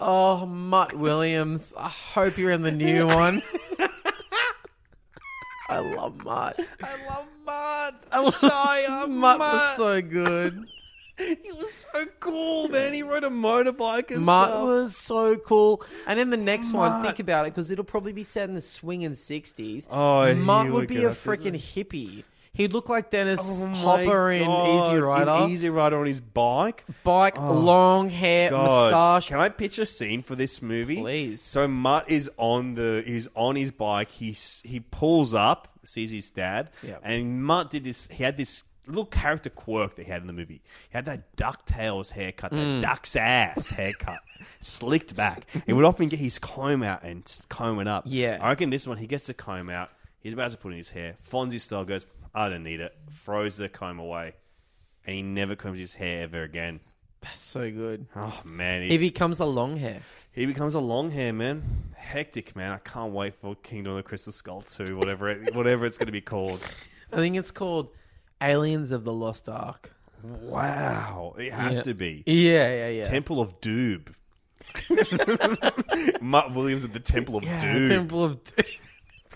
Oh, Mutt Williams. I hope you're in the new one. I love Mutt. I love Mud. Mutt was so good. He was so cool, man. He rode a motorbike and Mutt stuff. was so cool. And in the next one, think about it because it'll probably be set in the swinging 60s. Oh, he Mutt would would be get a up to freaking the- hippie. He looked like Dennis Oh my Hopper in God, Easy Rider. in Easy Rider on his bike. Bike, long hair, moustache. Can I pitch a scene for this movie? Please. So Mutt is on the is on his bike. He s- he pulls up, sees his dad, Yeah. and Mutt did this. He had this little character quirk that he had in the movie. He had that ducktails haircut, Mm. that duck's ass [LAUGHS] haircut, slicked back. He would often get his comb out and s- comb it up. Yeah. I reckon this one he gets the comb out. He's about to put in his hair. Fonzie style goes, I don't need it. Throws the comb away, and he never combs his hair ever again. That's so good. Oh man, He it's- becomes a long hair. he becomes a long hair man. Hectic man. I can't wait for Kingdom of the Crystal Skull 2, whatever it, whatever it's going to be called. I think it's called Aliens of the Lost Ark. Wow, it has Yeah. to be. Yeah, yeah, yeah. Temple of Doob. [LAUGHS] Mutt Williams at the Temple of Yeah, Doob. Temple of Doob.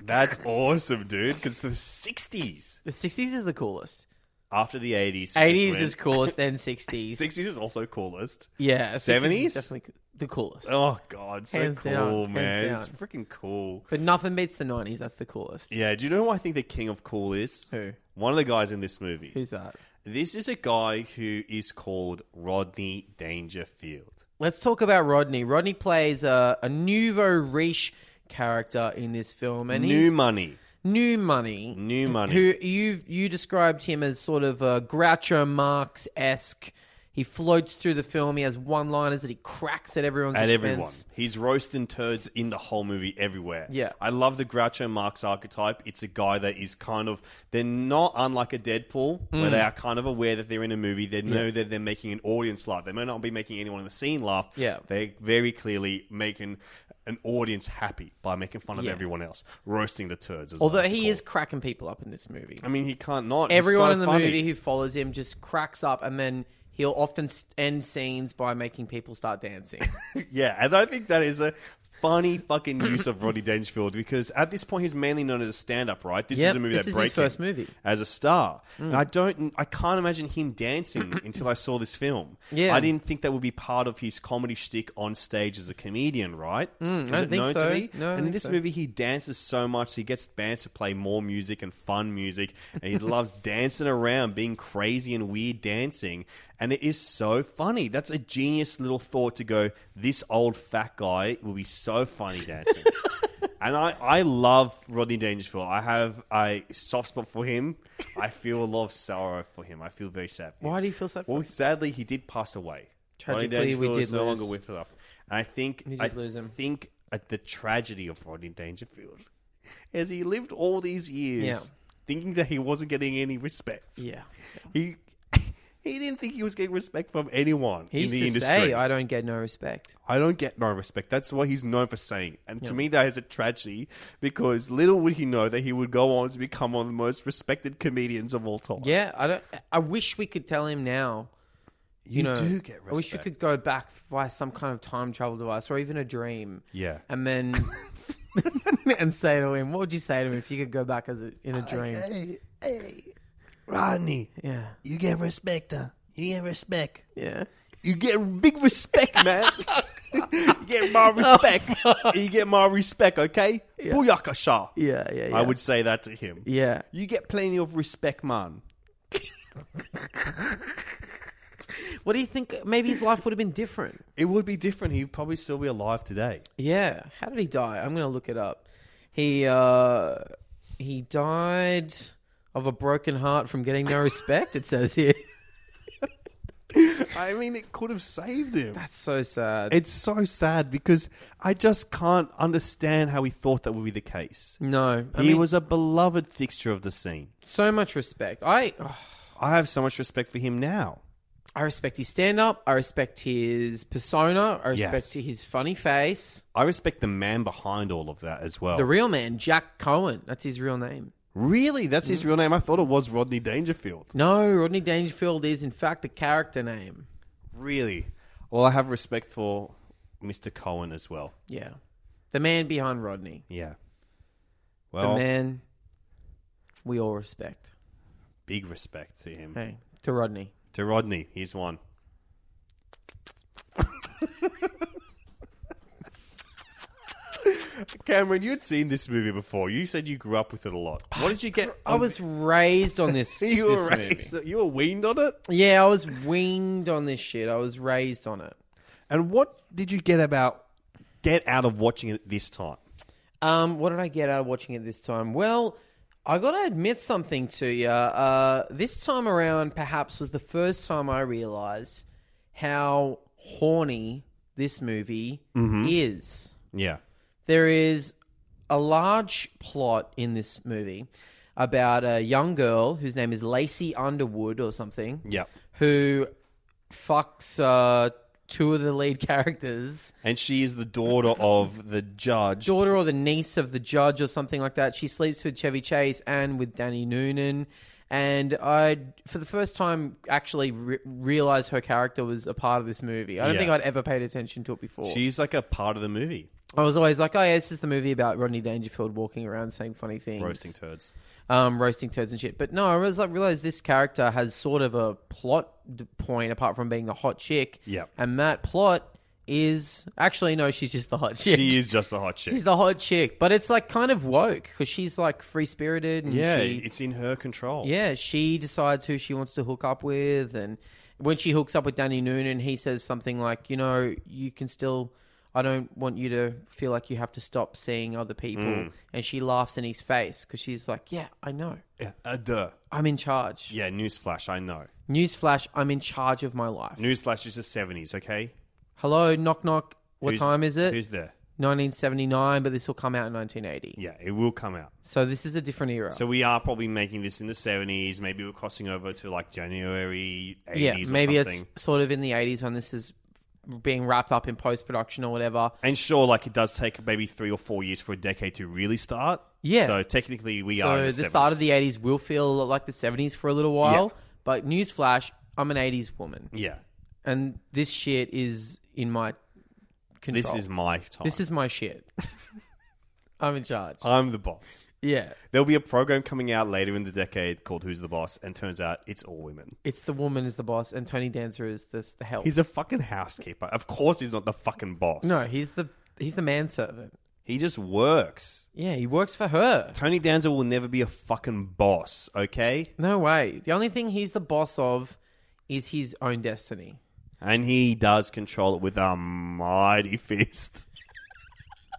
That's awesome, dude. Because the sixties, [LAUGHS] the sixties is the coolest. After the eighties, 80s is coolest, then 60s. Sixties is also coolest. Yeah, 60s is seventies definitely the coolest. Oh god, so Hands cool, down, hands man. down. It's freaking cool. But nothing beats the nineties. That's the coolest. Yeah, do you know who I think the king of cool is? Who? One of the guys in this movie. Who's that? This is a guy who is called Rodney Dangerfield. Let's talk about Rodney. Rodney plays a, a nouveau riche character in this film, and New he's- money. New money. New money. Who you you described him as sort of a Groucho Marx esque. He floats through the film. He has one liners that he cracks at everyone's at expense. everyone. He's roasting turds in the whole movie everywhere. Yeah. I love the Groucho Marx archetype. It's a guy that is kind of they're not unlike a Deadpool, where Mm. they are kind of aware that they're in a movie. They know Yeah. that they're making an audience laugh. They may not be making anyone in the scene laugh. Yeah. They're very clearly making an audience happy by making fun of Yeah. everyone else. Roasting the turds as I Although like to he call is cracking people up in this movie. I mean, he can't not. He's Everyone so in the funny. movie who follows him just cracks up, and then he'll often s- end scenes by making people start [LAUGHS] dancing. it. yeah, and I think that is a funny fucking use of Roddy Dangerfield because at this point he's mainly known as a stand-up, right? This Yep, is a movie this that is breaks his first movie. as a star. Mm. And I don't, I can't imagine him dancing [CLEARS THROAT] until I saw this film. Yeah. I didn't think that would be part of his comedy shtick on stage as a comedian, right? Mm, Was I don't it think known so. to be? No, I don't and in think this so. movie, he dances so much, he gets bands to play more music and fun music, and he [LAUGHS] loves dancing around, being crazy and weird dancing. And it is so funny. That's a genius little thought to go. This old fat guy will be so funny [LAUGHS] dancing. And I, I love Rodney Dangerfield. I have a soft spot for him. I feel a lot of sorrow for him. I feel very sad. For him. Why do you feel sad for Well, him? sadly, he did pass away. Rodney Tragically, we Dangerfield did is no lose- longer with us. And I think We did I lose him. think at the tragedy of Rodney Dangerfield [LAUGHS] is he lived all these years thinking that he wasn't getting any respect. Yeah. He [LAUGHS] he didn't think he was getting respect from anyone He in used the to industry. say, "I don't get no respect." I don't get no respect. That's what he's known for saying. And Yeah. to me, that is a tragedy because little would he know that he would go on to become one of the most respected comedians of all time. Yeah, I don't. I wish we could tell him now. You, You know, do get I wish we could go back via some kind of time travel device or even a dream. Yeah. and then [LAUGHS] and say to him, "What would you say to him if you could go back as a, in a dream?" Hey, hey, Rodney. Yeah. You get respect, huh? You get respect. Yeah. You get big [LAUGHS] respect, man. you get Oh, my respect. you get my respect, okay? Booyaka Shah. Yeah, yeah, yeah. I would say that to him. Yeah. You get plenty of respect, man. What do you think? Maybe his life would have been different. It would be different. He'd probably still be alive today. Yeah. How did he die? I'm gonna look it up. He uh he died of a broken heart from getting no [LAUGHS] respect. It says here. I mean, it could have saved him. That's so sad. It's so sad because I just can't understand how he thought that would be the case. No, Mm. I he mean- was a beloved fixture of the scene. so much respect. I oh, I have so much respect for him now. I respect his stand up. I respect his persona. I respect his funny face. I respect the man behind all of that as well. The real man, Jack Cohen. That's his real name. really, that's Mm. his real name. I thought it was Rodney Dangerfield. No, Rodney Dangerfield is in fact a character name. Really? Well, I have respect for Mr. Cohen as well. Yeah, the man behind Rodney. Yeah. Well, the man we all respect. big respect to him. Hey, to Rodney. To Rodney, here's one. [LAUGHS] Cameron, you'd seen this movie before. You said you grew up with it a lot. What did you get? I was raised on this. [LAUGHS] this you were movie. raised, you were weaned on it. Yeah, I was weaned on this shit. I was raised on it. And what did you get about get out of watching it this time? Um, what did I get out of watching it this time? Well, I got to admit something to you. Uh, this time around, perhaps was the first time I realized how horny this movie Mhm. is. Yeah. There is a large plot in this movie about a young girl whose name is Lacey Underwood or something. Yep. Who fucks uh, two of the lead [LAUGHS] characters. And she is the daughter of the judge. Daughter or the niece of the judge or something like that. She sleeps with Chevy Chase and with Danny Noonan. And I, for the first time, actually re- realized her character was a part of this movie. I don't Yeah. think I'd ever paid attention to it before. She's like a part of the movie. I was always like, oh, yeah, this is the movie about Rodney Dangerfield walking around saying funny things. Roasting turds. Um, roasting turds and shit. But no, I was like, realized this character has sort of a plot d- point apart from being the hot chick. Yep. And that plot is actually, no, she's just the hot chick. She is just a hot chick. She's the hot chick. But it's like kind of woke because she's like free spirited. and yeah, she- it's in her control. yeah, she decides who she wants to hook up with, and when she hooks up with Danny Noonan, he says something like, "You know, you can still. I don't want you to feel like you have to stop seeing other people." Mm. And she laughs in his face because she's like, "Yeah, I know. Yeah, uh, duh. I'm in charge." Yeah, newsflash, I know. Newsflash: I'm in charge of my life. Newsflash is the 70s, okay? Hello, knock knock. What Who's- time is it? who's there? 1979, but this will come out in 1980. Yeah, it will come out. So this is a different era. So we are probably making this in the 70s. Maybe we're crossing over to like January 80s yeah, maybe or something. it's sort of in the 80s when this is being wrapped up in post production or whatever. And sure, like it does take maybe three or four years for a decade to really start. Yeah. So technically, we so are. in the 70s. start of the 80s will feel like the 70s for a little while. But newsflash, I'm an 80s woman. Yeah. And this shit is in my control. This is my time. This is my shit. [LAUGHS] I'm in charge. I'm the boss. Yeah. There'll be a program coming out later in the decade called Who's the Boss, and turns out it's all women. It's the woman is the boss, and Tony Danza is the, the help. He's a fucking housekeeper. Of course, he's not the fucking boss. no, he's the he's the manservant. He just works. Yeah, he works for her. Tony Danza will never be a fucking boss, okay? No way. The only thing he's the boss of is his own destiny. And he does control it with a mighty fist. [LAUGHS]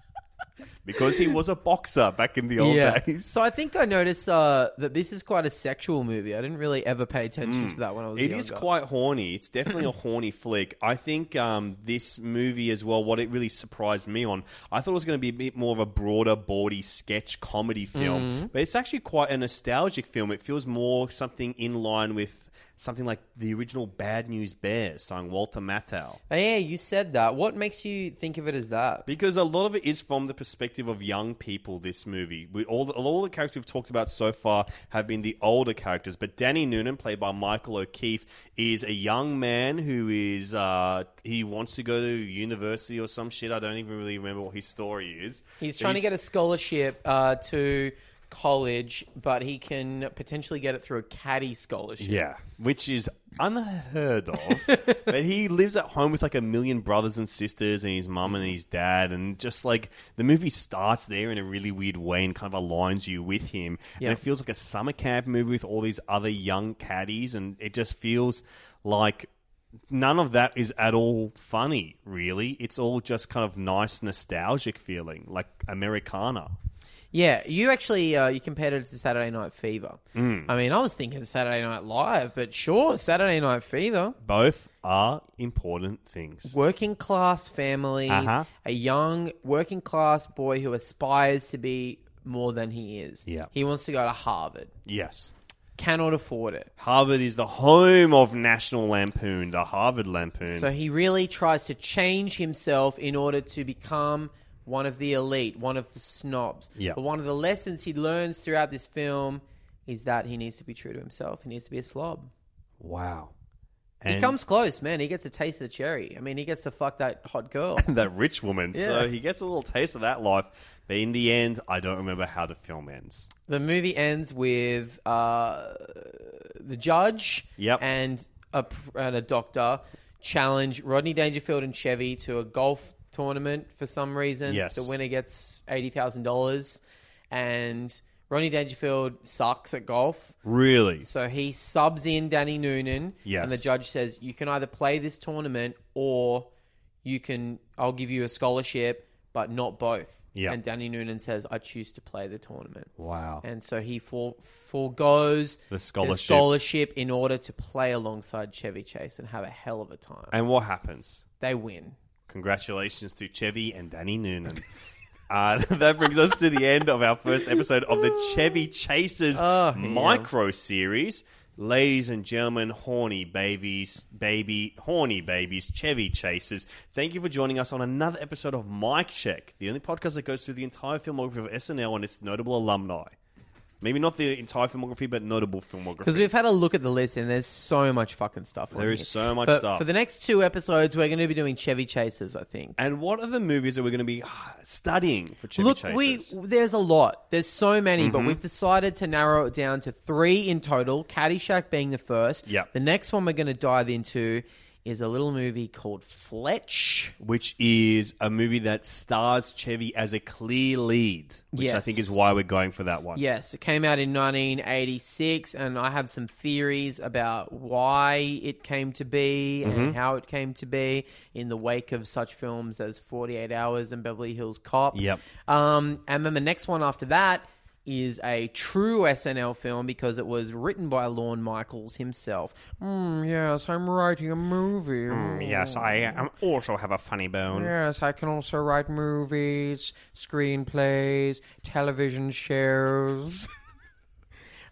because he was a boxer back in the old days. So I think I noticed uh, that this is quite a sexual movie. I didn't really ever pay attention Mm. to that when I was It younger. is quite horny. It's definitely a horny flick. I think um, this movie as well. What it really surprised me on, I thought it was going to be a bit more of a broader, bawdy sketch comedy film, Mhm. but it's actually quite a nostalgic film. It feels more something in line with something like the original Bad News Bears, starring Walter Matthau. Oh, yeah, you said that. What makes you think of it as that? Because a lot of it is from the perspective of young people. This movie, we, all the, all the characters we've talked about so far have been the older characters, but Danny Noonan, played by Michael O'Keefe, is a young man who is uh, he wants to go to university or some shit. I don't even really remember what his story is. He's trying to get a scholarship uh, to college, but he can potentially get it through a caddy scholarship. yeah, which is unheard of. but he lives at home with like a million brothers and sisters, and his mum and his dad, and just like the movie starts there in a really weird way and kind of aligns you with him. Yeah. And it feels like a summer camp movie with all these other young caddies, and it just feels like none of that is at all funny. Really, it's all just kind of nice nostalgic feeling, like Americana. Yeah, you actually uh, you compared it to Saturday Night Fever. Mm. I mean, I was thinking Saturday Night Live, but sure, Saturday Night Fever. Both are important things. Working class families, Uh-huh. a young working class boy who aspires to be more than he is. Yeah. He wants to go to Harvard. Yes. Cannot afford it. Harvard is the home of National Lampoon, the Harvard Lampoon. So he really tries to change himself in order to become one of the elite, one of the snobs. Yeah. But one of the lessons he learns throughout this film is that he needs to be true to himself. He needs to be a slob. wow. he And- comes close, man. He gets a taste of the cherry. I mean, he gets to fuck that hot girl. [LAUGHS] that rich woman. So Yeah. he gets a little taste of that life. But in the end, I don't remember how the film ends. the movie ends with uh, the judge Yep. and, a, pr- and a doctor challenge Rodney Dangerfield and Chevy to a golf tournament for some reason. Yes. The winner gets $80,000. And Ronnie Dangerfield sucks at golf. Really? So he subs in Danny Noonan. Yes. And the judge says, you can either play this tournament or you can, I'll give you a scholarship, but not both. Yeah. And Danny Noonan says, I choose to play the tournament. Wow. And so he for, forgoes The scholarship. scholarship in order to play alongside Chevy Chase and have a hell of a time. And what happens? They win. Congratulations to Chevy and Danny Noonan. [LAUGHS] Uh, that brings us to the end of our first episode of the Chevy Chasers Oh, micro series. Ladies and gentlemen, horny babies, baby, horny babies, Chevy Chasers. Thank you for joining us on another episode of Mic Check, the only podcast that goes through the entire filmography of SNL and its notable alumni. Maybe not the entire filmography, but notable filmography. Because we've had a look at the list and there's so much fucking stuff. on There is here. so much But stuff. For the next two episodes, we're going to be doing Chevy Chasers, I think. And what are the movies that we're going to be uh, studying for Chevy Look, Chasers? we there's a lot. There's so many, but Mhm. we've decided to narrow it down to three in total. Caddyshack being the first. Yep. The next one we're going to dive into is a little movie called Fletch. which is a movie that stars Chevy as a clear lead, which I Yes. think is why we're going for that one. Yes, it came out in 1986, and I have some theories about why it came to be and Mhm. how it came to be in the wake of such films as 48 Hours and Beverly Hills Cop. Yep. Um, and then the next one after that is a true SNL film because it was written by Lorne Michaels himself. Mm, yes, I'm writing a movie. Hmm. Um, am also have a funny bone. Yes, I can also write movies, screenplays, television [LAUGHS] shows,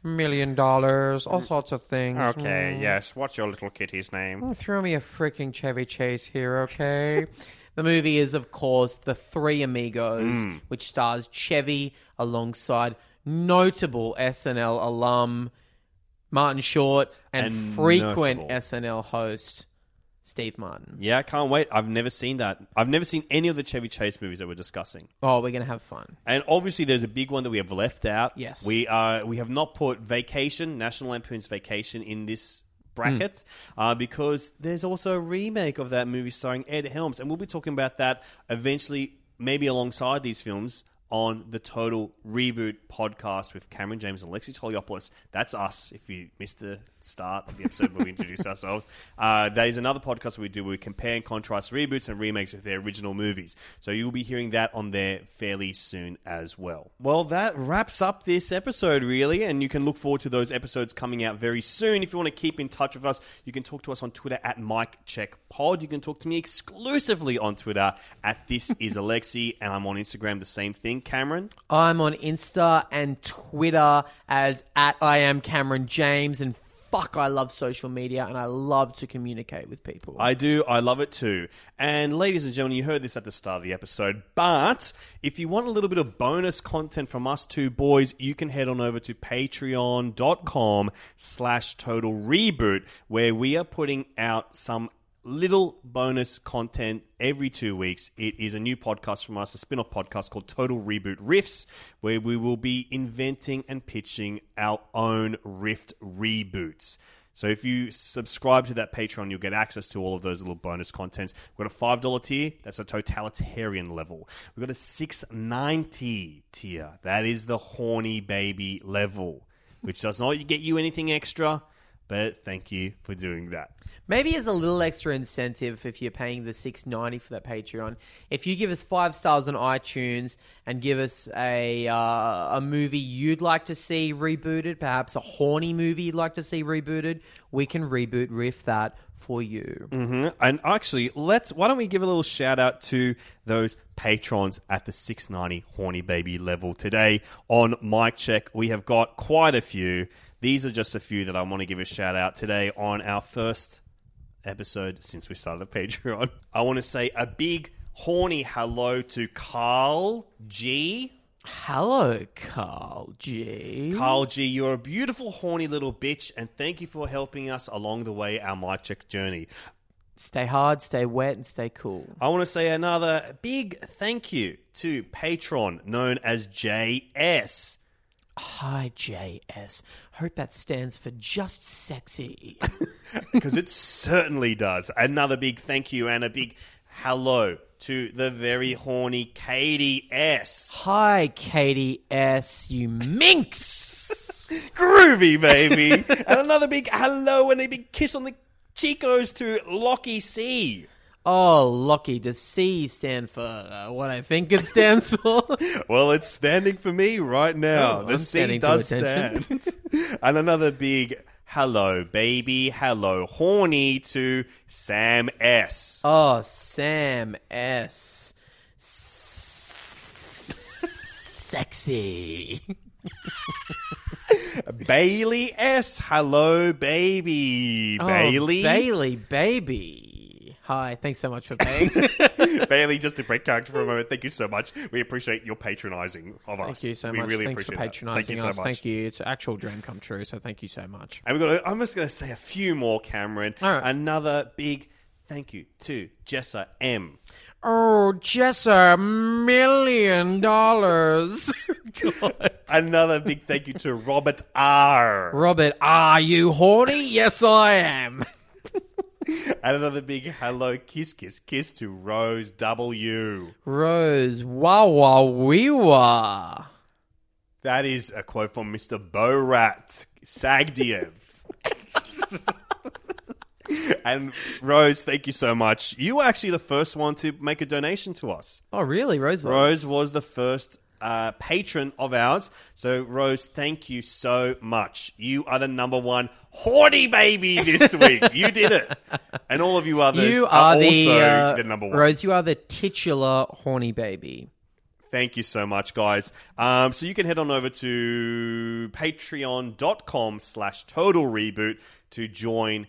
million dollars, all sorts of things. Mm. yes. What's your little kitty's name? Mm, Throw me a freaking Chevy Chase here, okay? [LAUGHS] the movie is, of course, The Three Amigos, Mm. which stars Chevy alongside notable SNL alum Martin Short and, And frequent notable. SNL host Steve Martin. Yeah, I can't wait. I've never seen that. I've never seen any of the Chevy Chase movies that we're discussing. Oh, we're going to have fun. And obviously, there's a big one that we have left out. Yes. we are. We have not put Vacation, National Lampoon's Vacation, in this bracket uh, because there's also a remake of that movie starring Ed Helms, and we'll be talking about that eventually, maybe alongside these films on the Total Reboot podcast with Cameron James and Lexi Toliopoulos. That's us. If you missed the start of the episode where we introduce [LAUGHS] ourselves, uh, that is another podcast we do where we compare and contrast reboots and remakes with their original movies. So you'll be hearing that on there fairly soon as well. Well, that wraps up this episode, really, and you can look forward to those episodes coming out very soon. If you want to keep in touch with us, you can talk to us on Twitter at MikeCheckPod. You can talk to me exclusively on Twitter at This Is Alexi, and I'm on Instagram, the same thing. Cameron, I'm on Insta and Twitter as at I am Cameron James and fuck I love social media and I love to communicate with people. I do. I love it too. And ladies and gentlemen, you heard this at the start of the episode, but if you want a little bit of bonus content from us two boys, you can head on over to patreon.com slash total reboot, where we are putting out some little bonus content every two weeks. It is a new podcast from us, a spin off podcast called Total Reboot Riffs, where we will be inventing and pitching our own Rift reboots. So if you subscribe to that Patreon, you'll get access to all of those little bonus contents. We've got a five dollar tier, that's a totalitarian level. We've got a six ninety tier, that is the horny baby level, which does not get you anything extra. But thank you for doing that. Maybe as a little extra incentive if you're paying the 690 for that Patreon, if you give us 5 stars on iTunes and give us a uh, a movie you'd like to see rebooted, perhaps a horny movie you'd like to see rebooted, we can reboot riff that for you. hmm And actually, let's. Why don't we give a little shout out to those patrons at the 690 horny baby level today on mic check? We have got quite a few. These are just a few that I want to give a shout out today on our first episode since we started the Patreon. I want to say a big horny hello to Carl G. Hello, Carl G. Carl G, you're a beautiful, horny little bitch, and thank you for helping us along the way, our mic check journey. Stay hard, stay wet, and stay cool. I want to say another big thank you to patron known as JS. Hi, JS. Hope that stands for just sexy. because it certainly does. Another big thank you and a big hello to the very horny Katie S. Hi, Katie S. You [LAUGHS] minx. Groovy, baby. and another big hello and a big kiss on the cheek goes to Lockie C. Oh, Lockie, does C stand for uh, what I think it stands for? well, it's standing for me right now. Oh, the I'm C standing to does attention. stand. [LAUGHS] and another big hello, baby, hello, horny to Sam S. Oh, Sam S. Sexy. Bailey S. Hello, baby. Oh, Bailey. Bailey, baby. Hi, thanks so much for paying. [LAUGHS] Bailey, just to break character for a moment, thank you so much. We appreciate your patronizing of us. Thank you so we much. really Thanks for appreciate that. patronizing Thank you so us. much. Thank you. It's an actual dream come true, so thank you so much. And we've got. To, I'm just going to say a few more, Cameron. All right. Another big thank you to Jessa M. Oh, Jessa, million dollars. [LAUGHS] Another big thank you to Robert R. Robert, are you horny? Yes, I am. And another big hello, kiss, kiss, kiss to Rose W. Rose, wah wah wee wah. That is a quote from Mr. Borat Sagdiev. [LAUGHS] and Rose, thank you so much. You were actually the first one to make a donation to us. Oh, really, Rose? was? Rose was the first uh, patron of ours. So, Rose, thank you so much. You are the number one horny baby [LAUGHS] this week. you did it. And all of you others You are, the, also uh, the number one. Rose, you are the titular horny baby. Thank you so much, guys. Um, so you can head on over to patreon.com slash total reboot to join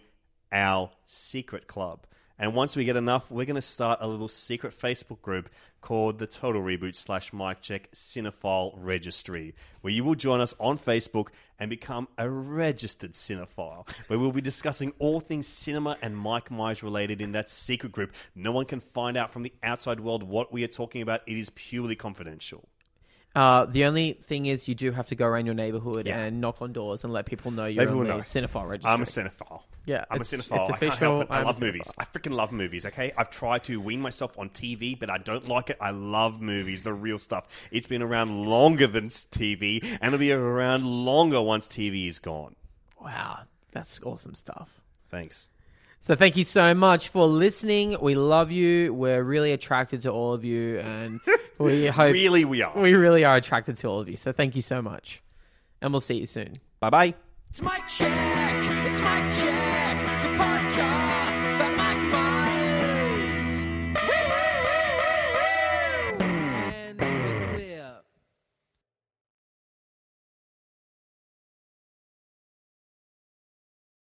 our secret club. And once we get enough, we're going to start a little secret Facebook group called the Total Reboot slash Mic Check Cinephile Registry, where you will join us on Facebook and become a registered cinephile, where we'll be discussing all things cinema and Mike Myers related in that secret group. No one can find out from the outside world what we are talking about. It is purely confidential. Uh, the only thing is, you do have to go around your neighborhood Yeah. and knock on doors and let people know you're Let people in the know. cinephile registry. I'm a cinephile. Yeah, I'm a it's- it's cinephile. I can't official. help it. I I'm a love cinephile. movies. I freaking love movies. Okay, I've tried to wean myself on TV, but I don't like it. I love movies, the real stuff. It's been around longer than s- TV, and it'll be around longer once TV is gone. Wow, that's awesome stuff. Thanks. So thank you so much for listening. We love you. We're really attracted to all of you, and we hope Really, we are. we really are attracted to all of you. So thank you so much, and we'll see you soon. Bye bye. It's Mike Check. It's Mike Check. The podcast by Mike Myers.